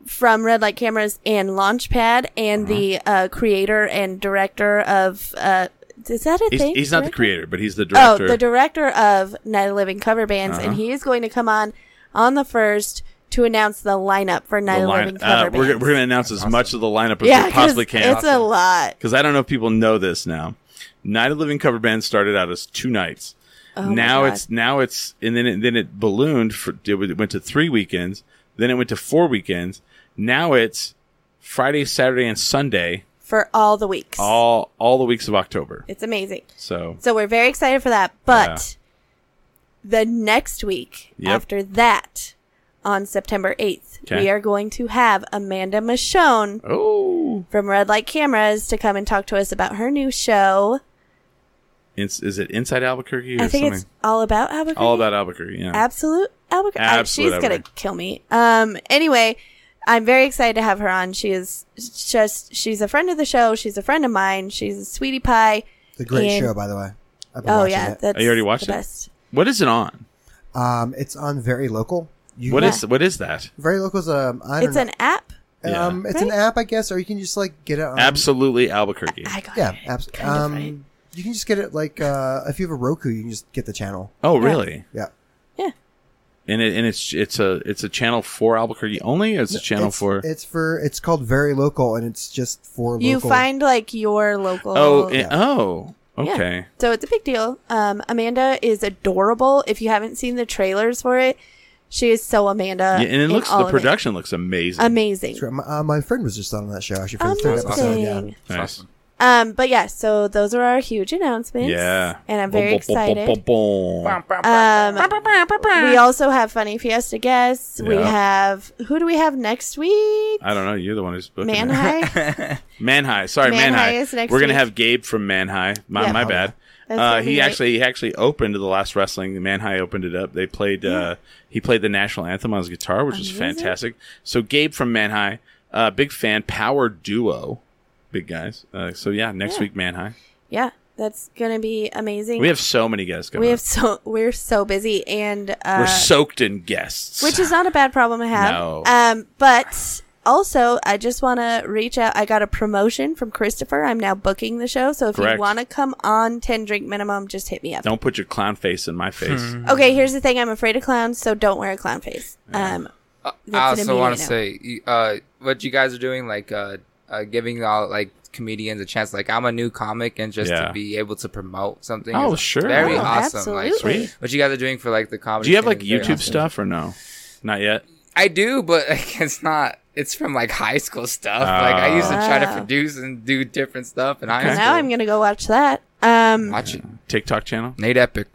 B: from Red Light Cameras and Launchpad and the
C: Mm-hmm.
B: uh, creator and director of. Uh, is that a
C: he's,
B: thing?
C: he's not the
B: Director?
C: creator, but he's the director. Uh-huh.
B: Oh, the director of Night of Living cover bands, and he is going to come on on the first to announce the lineup for Night
C: the
B: of
C: line,
B: Living cover
C: uh,
B: bands.
C: we're, gonna- we're going to announce as much of the lineup as
B: yeah,
C: we possibly
B: 'cause
C: can.
B: It's a lot.
C: Because I don't know if people know this now. Night of Living Cover Band started out as two nights.
B: Oh my
C: now
B: God.
C: it's now it's and then it, then it ballooned for it w- it went to three weekends. Then it went to four weekends. Now it's Friday, Saturday, and Sunday
B: for all the weeks.
C: all all the weeks of October.
B: it's amazing.
C: So
B: So we're very excited for that. But the next week
C: Yep.
B: after that, on September 8th,
C: 'Kay.
B: we are going to have Amanda Michonne
C: oh,
B: from Red Light Cameras to come and talk to us about her new show.
C: it's, is it inside Albuquerque or
B: I think
C: something?
B: it's all about Albuquerque.
C: all about Albuquerque. Yeah.
B: absolute Albuquerque. I-
C: Absolute
B: she's
C: Albuquerque.
B: gonna kill me. Um. Anyway, I'm very excited to have her on. She is just she's a friend of the show. She's a friend of mine. She's a sweetie pie.
D: It's a great
B: And-
D: show, by the way. I've been
B: Oh
D: watching
B: yeah,
D: it.
B: that's
C: Oh, you already watched
B: the
C: it?
B: best.
C: What is it on?
D: Um, it's on very local. You
C: What
B: Yeah.
C: is what is that?
D: very local's um, I don't
B: It's
D: know.
B: an app.
C: Yeah.
D: um, it's an
B: Right?
D: app, I guess, or you can just like get it. On,
C: Absolutely Albuquerque.
B: Um, I got
D: Yeah,
B: it.
D: absolutely.
B: Kind of
D: Um,
B: right.
D: you can just get it like uh, if you have a Roku, you can just get the channel.
C: oh, really?
D: Yeah,
B: Yeah.
C: And it, and it's it's a it's a channel for Albuquerque only. Or it's a channel
D: it's,
C: for
D: It's for it's called very local, and it's just for
B: You
D: local.
B: find like your local.
C: oh
B: yeah.
C: it- oh
B: Yeah.
C: okay.
B: So it's a big deal. Um, Amanda is adorable. If you haven't seen the trailers for it, she is so Amanda.
C: Yeah, and it
B: Uh, in
C: looks
B: all
C: the
B: of it.
C: production looks amazing.
B: amazing.
D: It's great. My, uh, my friend was just on that show. Actually, for the third episode. Yeah.
B: Amazing.
C: Nice.
A: Awesome.
B: Um, but yeah, so those are our huge announcements.
C: Yeah.
B: And I'm very
C: Boom, boom, boom,
B: excited.
C: boom, boom, boom.
B: Um, we also have Funny Fiesta guests. We
C: Yeah.
B: have, who do we have next week?
C: I don't know. You're the one who's booking
B: Man
C: it.
B: High?
C: [LAUGHS] Man High. Sorry, Man
B: Man High
C: High.
B: is next
C: We're gonna
B: week.
C: have Gabe from Man High. My
B: Yeah.
C: my
B: Oh,
C: bad.
B: That's
C: Uh, he
B: funny, right?
C: actually he actually opened the last wrestling. The Man High opened it up. They played. Uh, he played the national anthem on his guitar, which was
B: Amazing.
C: fantastic. So Gabe from Man High, uh, big fan, power duo, big guys. Uh, so yeah, next
B: Yeah.
C: week Man High.
B: Yeah, that's gonna be amazing.
C: We have so many guests coming.
B: we
C: up.
B: have so we're so busy and uh,
C: We're soaked in guests.
B: which is not a bad problem to have.
C: No.
B: Um, but also, I just want to reach out. I got a promotion from Christopher. I'm now booking the show. So if
C: Correct.
B: you want to come on 10 drink minimum, just hit me up.
C: don't put your clown face in my face.
A: Hmm.
B: Okay, here's the thing. I'm afraid of clowns, so don't wear a clown face. Um,
A: Uh, I
B: That's an
A: also want to
B: immediate
A: say you- uh, what you guys are doing, like uh, uh, giving all like comedians a chance. Like I'm a new comic, and just
C: Yeah.
A: to be able to promote something.
C: Oh,
A: is
C: sure.
A: very
C: Oh,
A: awesome. Like
B: absolutely.
C: Sweet.
A: what you guys are doing for like the comedy.
C: Do you have
A: scene
C: like
A: is very
C: YouTube
A: awesome.
C: stuff or no? Not yet.
A: I do, but [LAUGHS] like, it's not. It's from like high school stuff. like I used to try to
B: Ah.
A: produce and do different stuff, and I
B: so now I'm
A: gonna
B: going to go watch that. Um,
A: watch it.
C: TikTok channel.
A: Nate Epic.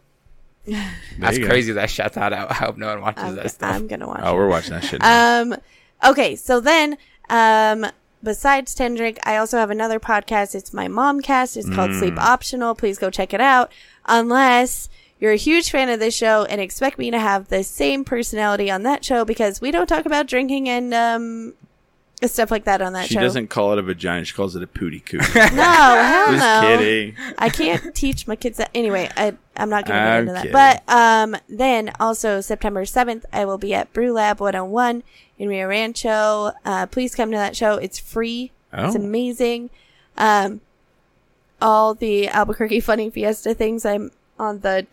A: That's
C: you go.
A: crazy that I shot that out. I hope no one watches
B: I'm,
A: that stuff.
B: I'm going to watch
C: Oh, we're watching
B: [LAUGHS]
C: that shit. now.
B: Um, okay, so then, um, besides Tendrick, I also have another podcast. It's my mom cast. It's called
C: Hmm.
B: Sleep Optional. Please go check it out. Unless you're a huge fan of this show and expect me to have the same personality on that show because we don't talk about drinking and, um, stuff like that on that
C: she
B: show.
C: doesn't call it a vagina. She calls it a pooty coo.
B: No, hell
C: Just
B: no.
C: kidding.
B: I can't teach my kids that. Anyway, I, I'm not going to get into
C: Okay.
B: that. But um, then also September 7th, I will be at Brew Lab 101 in Rio Rancho. Uh, please come to that show. It's free. It's
C: Oh.
B: amazing. Um, all the Albuquerque Funny Fiesta things. I'm on the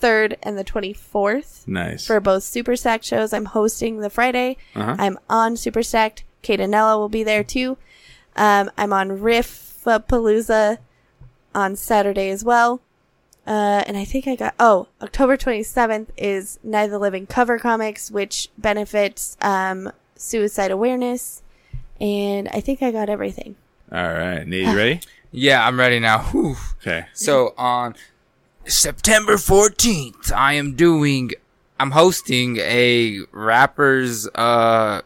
B: 23rd and the 24th
C: Nice.
B: for both Super Stacked shows. I'm hosting the Friday.
C: Uh-huh.
B: I'm on Super Stacked. Kate and Nella will be there too. Um, I'm on Riff Palooza on Saturday as well. Uh, and I think I got, oh, October 27th is Night of the Living Cover Comics, which benefits um, suicide awareness. And I think I got everything.
C: All right. Nate, you ready?
A: Yeah, I'm ready now. Whew.
C: Okay.
A: So on September 14th, I am doing, I'm hosting a rapper's uh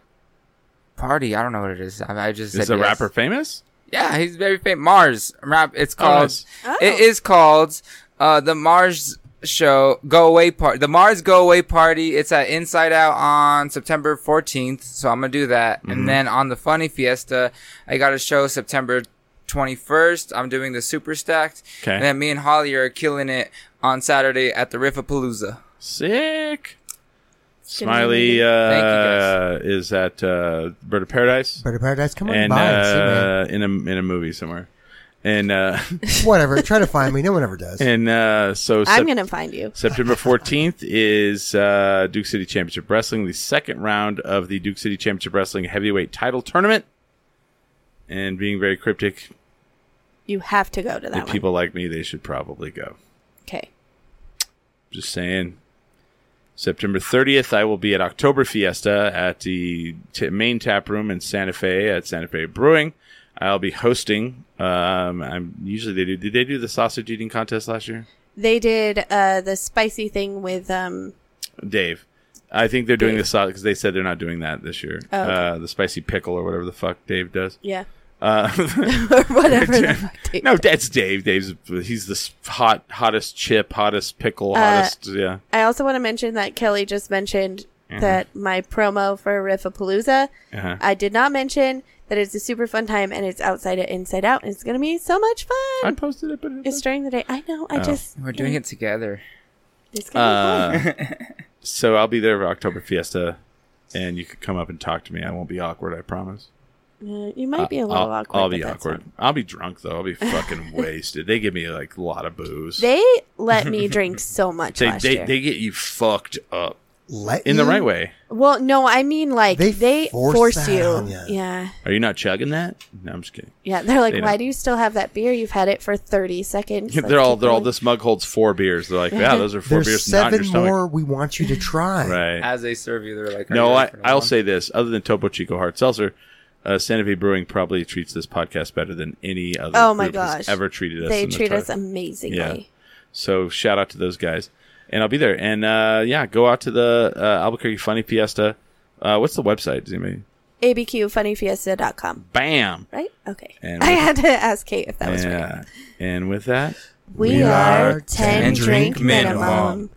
A: party. I don't know what it is. I, I just
C: Is
A: said
C: the
A: yes.
C: rapper famous?
A: Yeah, he's very famous. Mars rap. It's called.
C: nice.
B: Oh.
A: It is called uh the Mars show go away party. The Mars go away party. It's at Inside Out on September 14th. So I'm gonna do that,
C: Mm-hmm.
A: and then on the Funny Fiesta, I got a show September 21st. I'm doing the Super Stacked,
C: 'Kay.
A: and then me and Holly are killing it on Saturday at the Riffapalooza.
C: Sick.
B: gonna be
C: Smiley
B: amazing.
C: uh, is at uh, Bird of Paradise
D: Bird of Paradise, come on
C: and
D: by and see me.
C: uh, in a in a movie somewhere, and uh, [LAUGHS]
D: [LAUGHS] Whatever, try to find me. No one ever does.
C: and uh, so
B: I'm
C: Sep-
B: going to find you.
C: September 14th is uh, Duke City Championship Wrestling, the second round of the Duke City Championship Wrestling Heavyweight Title Tournament. And being very cryptic,
B: You have to go to that
C: if
B: one.
C: people like me, they should probably go.
B: okay.
C: Just saying. September 30th, I will be at October Fiesta at the t- main tap room in Santa Fe at Santa Fe Brewing. I'll be hosting. Um, I'm usually they do. Did they do the sausage eating contest last year?
B: They did uh, the spicy thing with um,
C: Dave. I think they're doing
B: Dave.
C: the sausage because they said they're not doing that this year.
B: Oh, okay.
C: uh, the spicy pickle or whatever the fuck Dave does.
B: yeah, [LAUGHS]
C: Uh, [LAUGHS]
B: or whatever. the fuck they-
C: no, that's Dave. Dave's he's the s- hot, hottest chip, hottest pickle,
B: Uh,
C: hottest. yeah,
B: I also want to mention that Kelly just mentioned that my promo for Riffapalooza,
C: Mm-hmm. Uh-huh.
B: I did not mention that it's a super fun time and it's outside at Inside Out and it's going to be so much
C: I
B: fun.
C: posted it, but it
B: it's during the day. I know.
C: Oh.
B: I just.
A: We're doing it together.
B: It's going
C: Uh,
B: to be fun.
C: so I'll be there for October Fiesta, and you could come up and talk to me. I won't be awkward. I promise.
B: Uh, you might be a little
C: I'll,
B: awkward.
C: I'll
B: but
C: be
B: that's
C: awkward.
B: fine.
C: I'll be drunk though. I'll be
B: [LAUGHS]
C: fucking wasted. They give me like a lot of booze.
B: They
C: [LAUGHS]
B: let me drink so much
C: they
B: last
C: they,
B: year.
C: they get you fucked up
D: Let
C: in the
D: you-
C: right way.
B: well, no, I mean like they,
D: They
B: force,
D: force that
B: you.
D: on ya.
B: Yeah.
C: Are you not chugging that? No, I'm just kidding.
B: Yeah, they're like,
C: They
B: why
C: don't.
B: do you still have that beer? You've had it for thirty seconds. Like,
C: [LAUGHS] they're all
B: keep
C: they're all
B: going.
C: this mug holds four beers. They're like, yeah, those are four
D: There's
C: beers not in your
D: seven
C: stomach.
D: more we want you to try.
C: [LAUGHS] Right.
A: As they serve you, they're like, "Are you
C: no,
A: ready
C: I,
A: for another
C: I'll
A: one?"
C: say this. Other than Topo Chico Hard Seltzer, uh, Santa Fe Brewing probably treats this podcast better than any other
B: Oh my
C: group has
B: gosh.
C: ever treated us.
B: They
C: in the
B: treat
C: time.
B: us amazingly.
C: Yeah. So shout out to those guys. And I'll be there. And uh, yeah, go out to the uh, Albuquerque Funny Fiesta. Uh, what's the website? Does anybody?
B: abqfunnyfiesta.com,
C: Bam.
B: right? Okay.
C: And-
B: I had to ask Kate if that was right.
C: Yeah. And with that,
B: We,
A: We
B: are
A: are
B: 10
A: 10
B: drink
A: drink minimum.
B: minimum.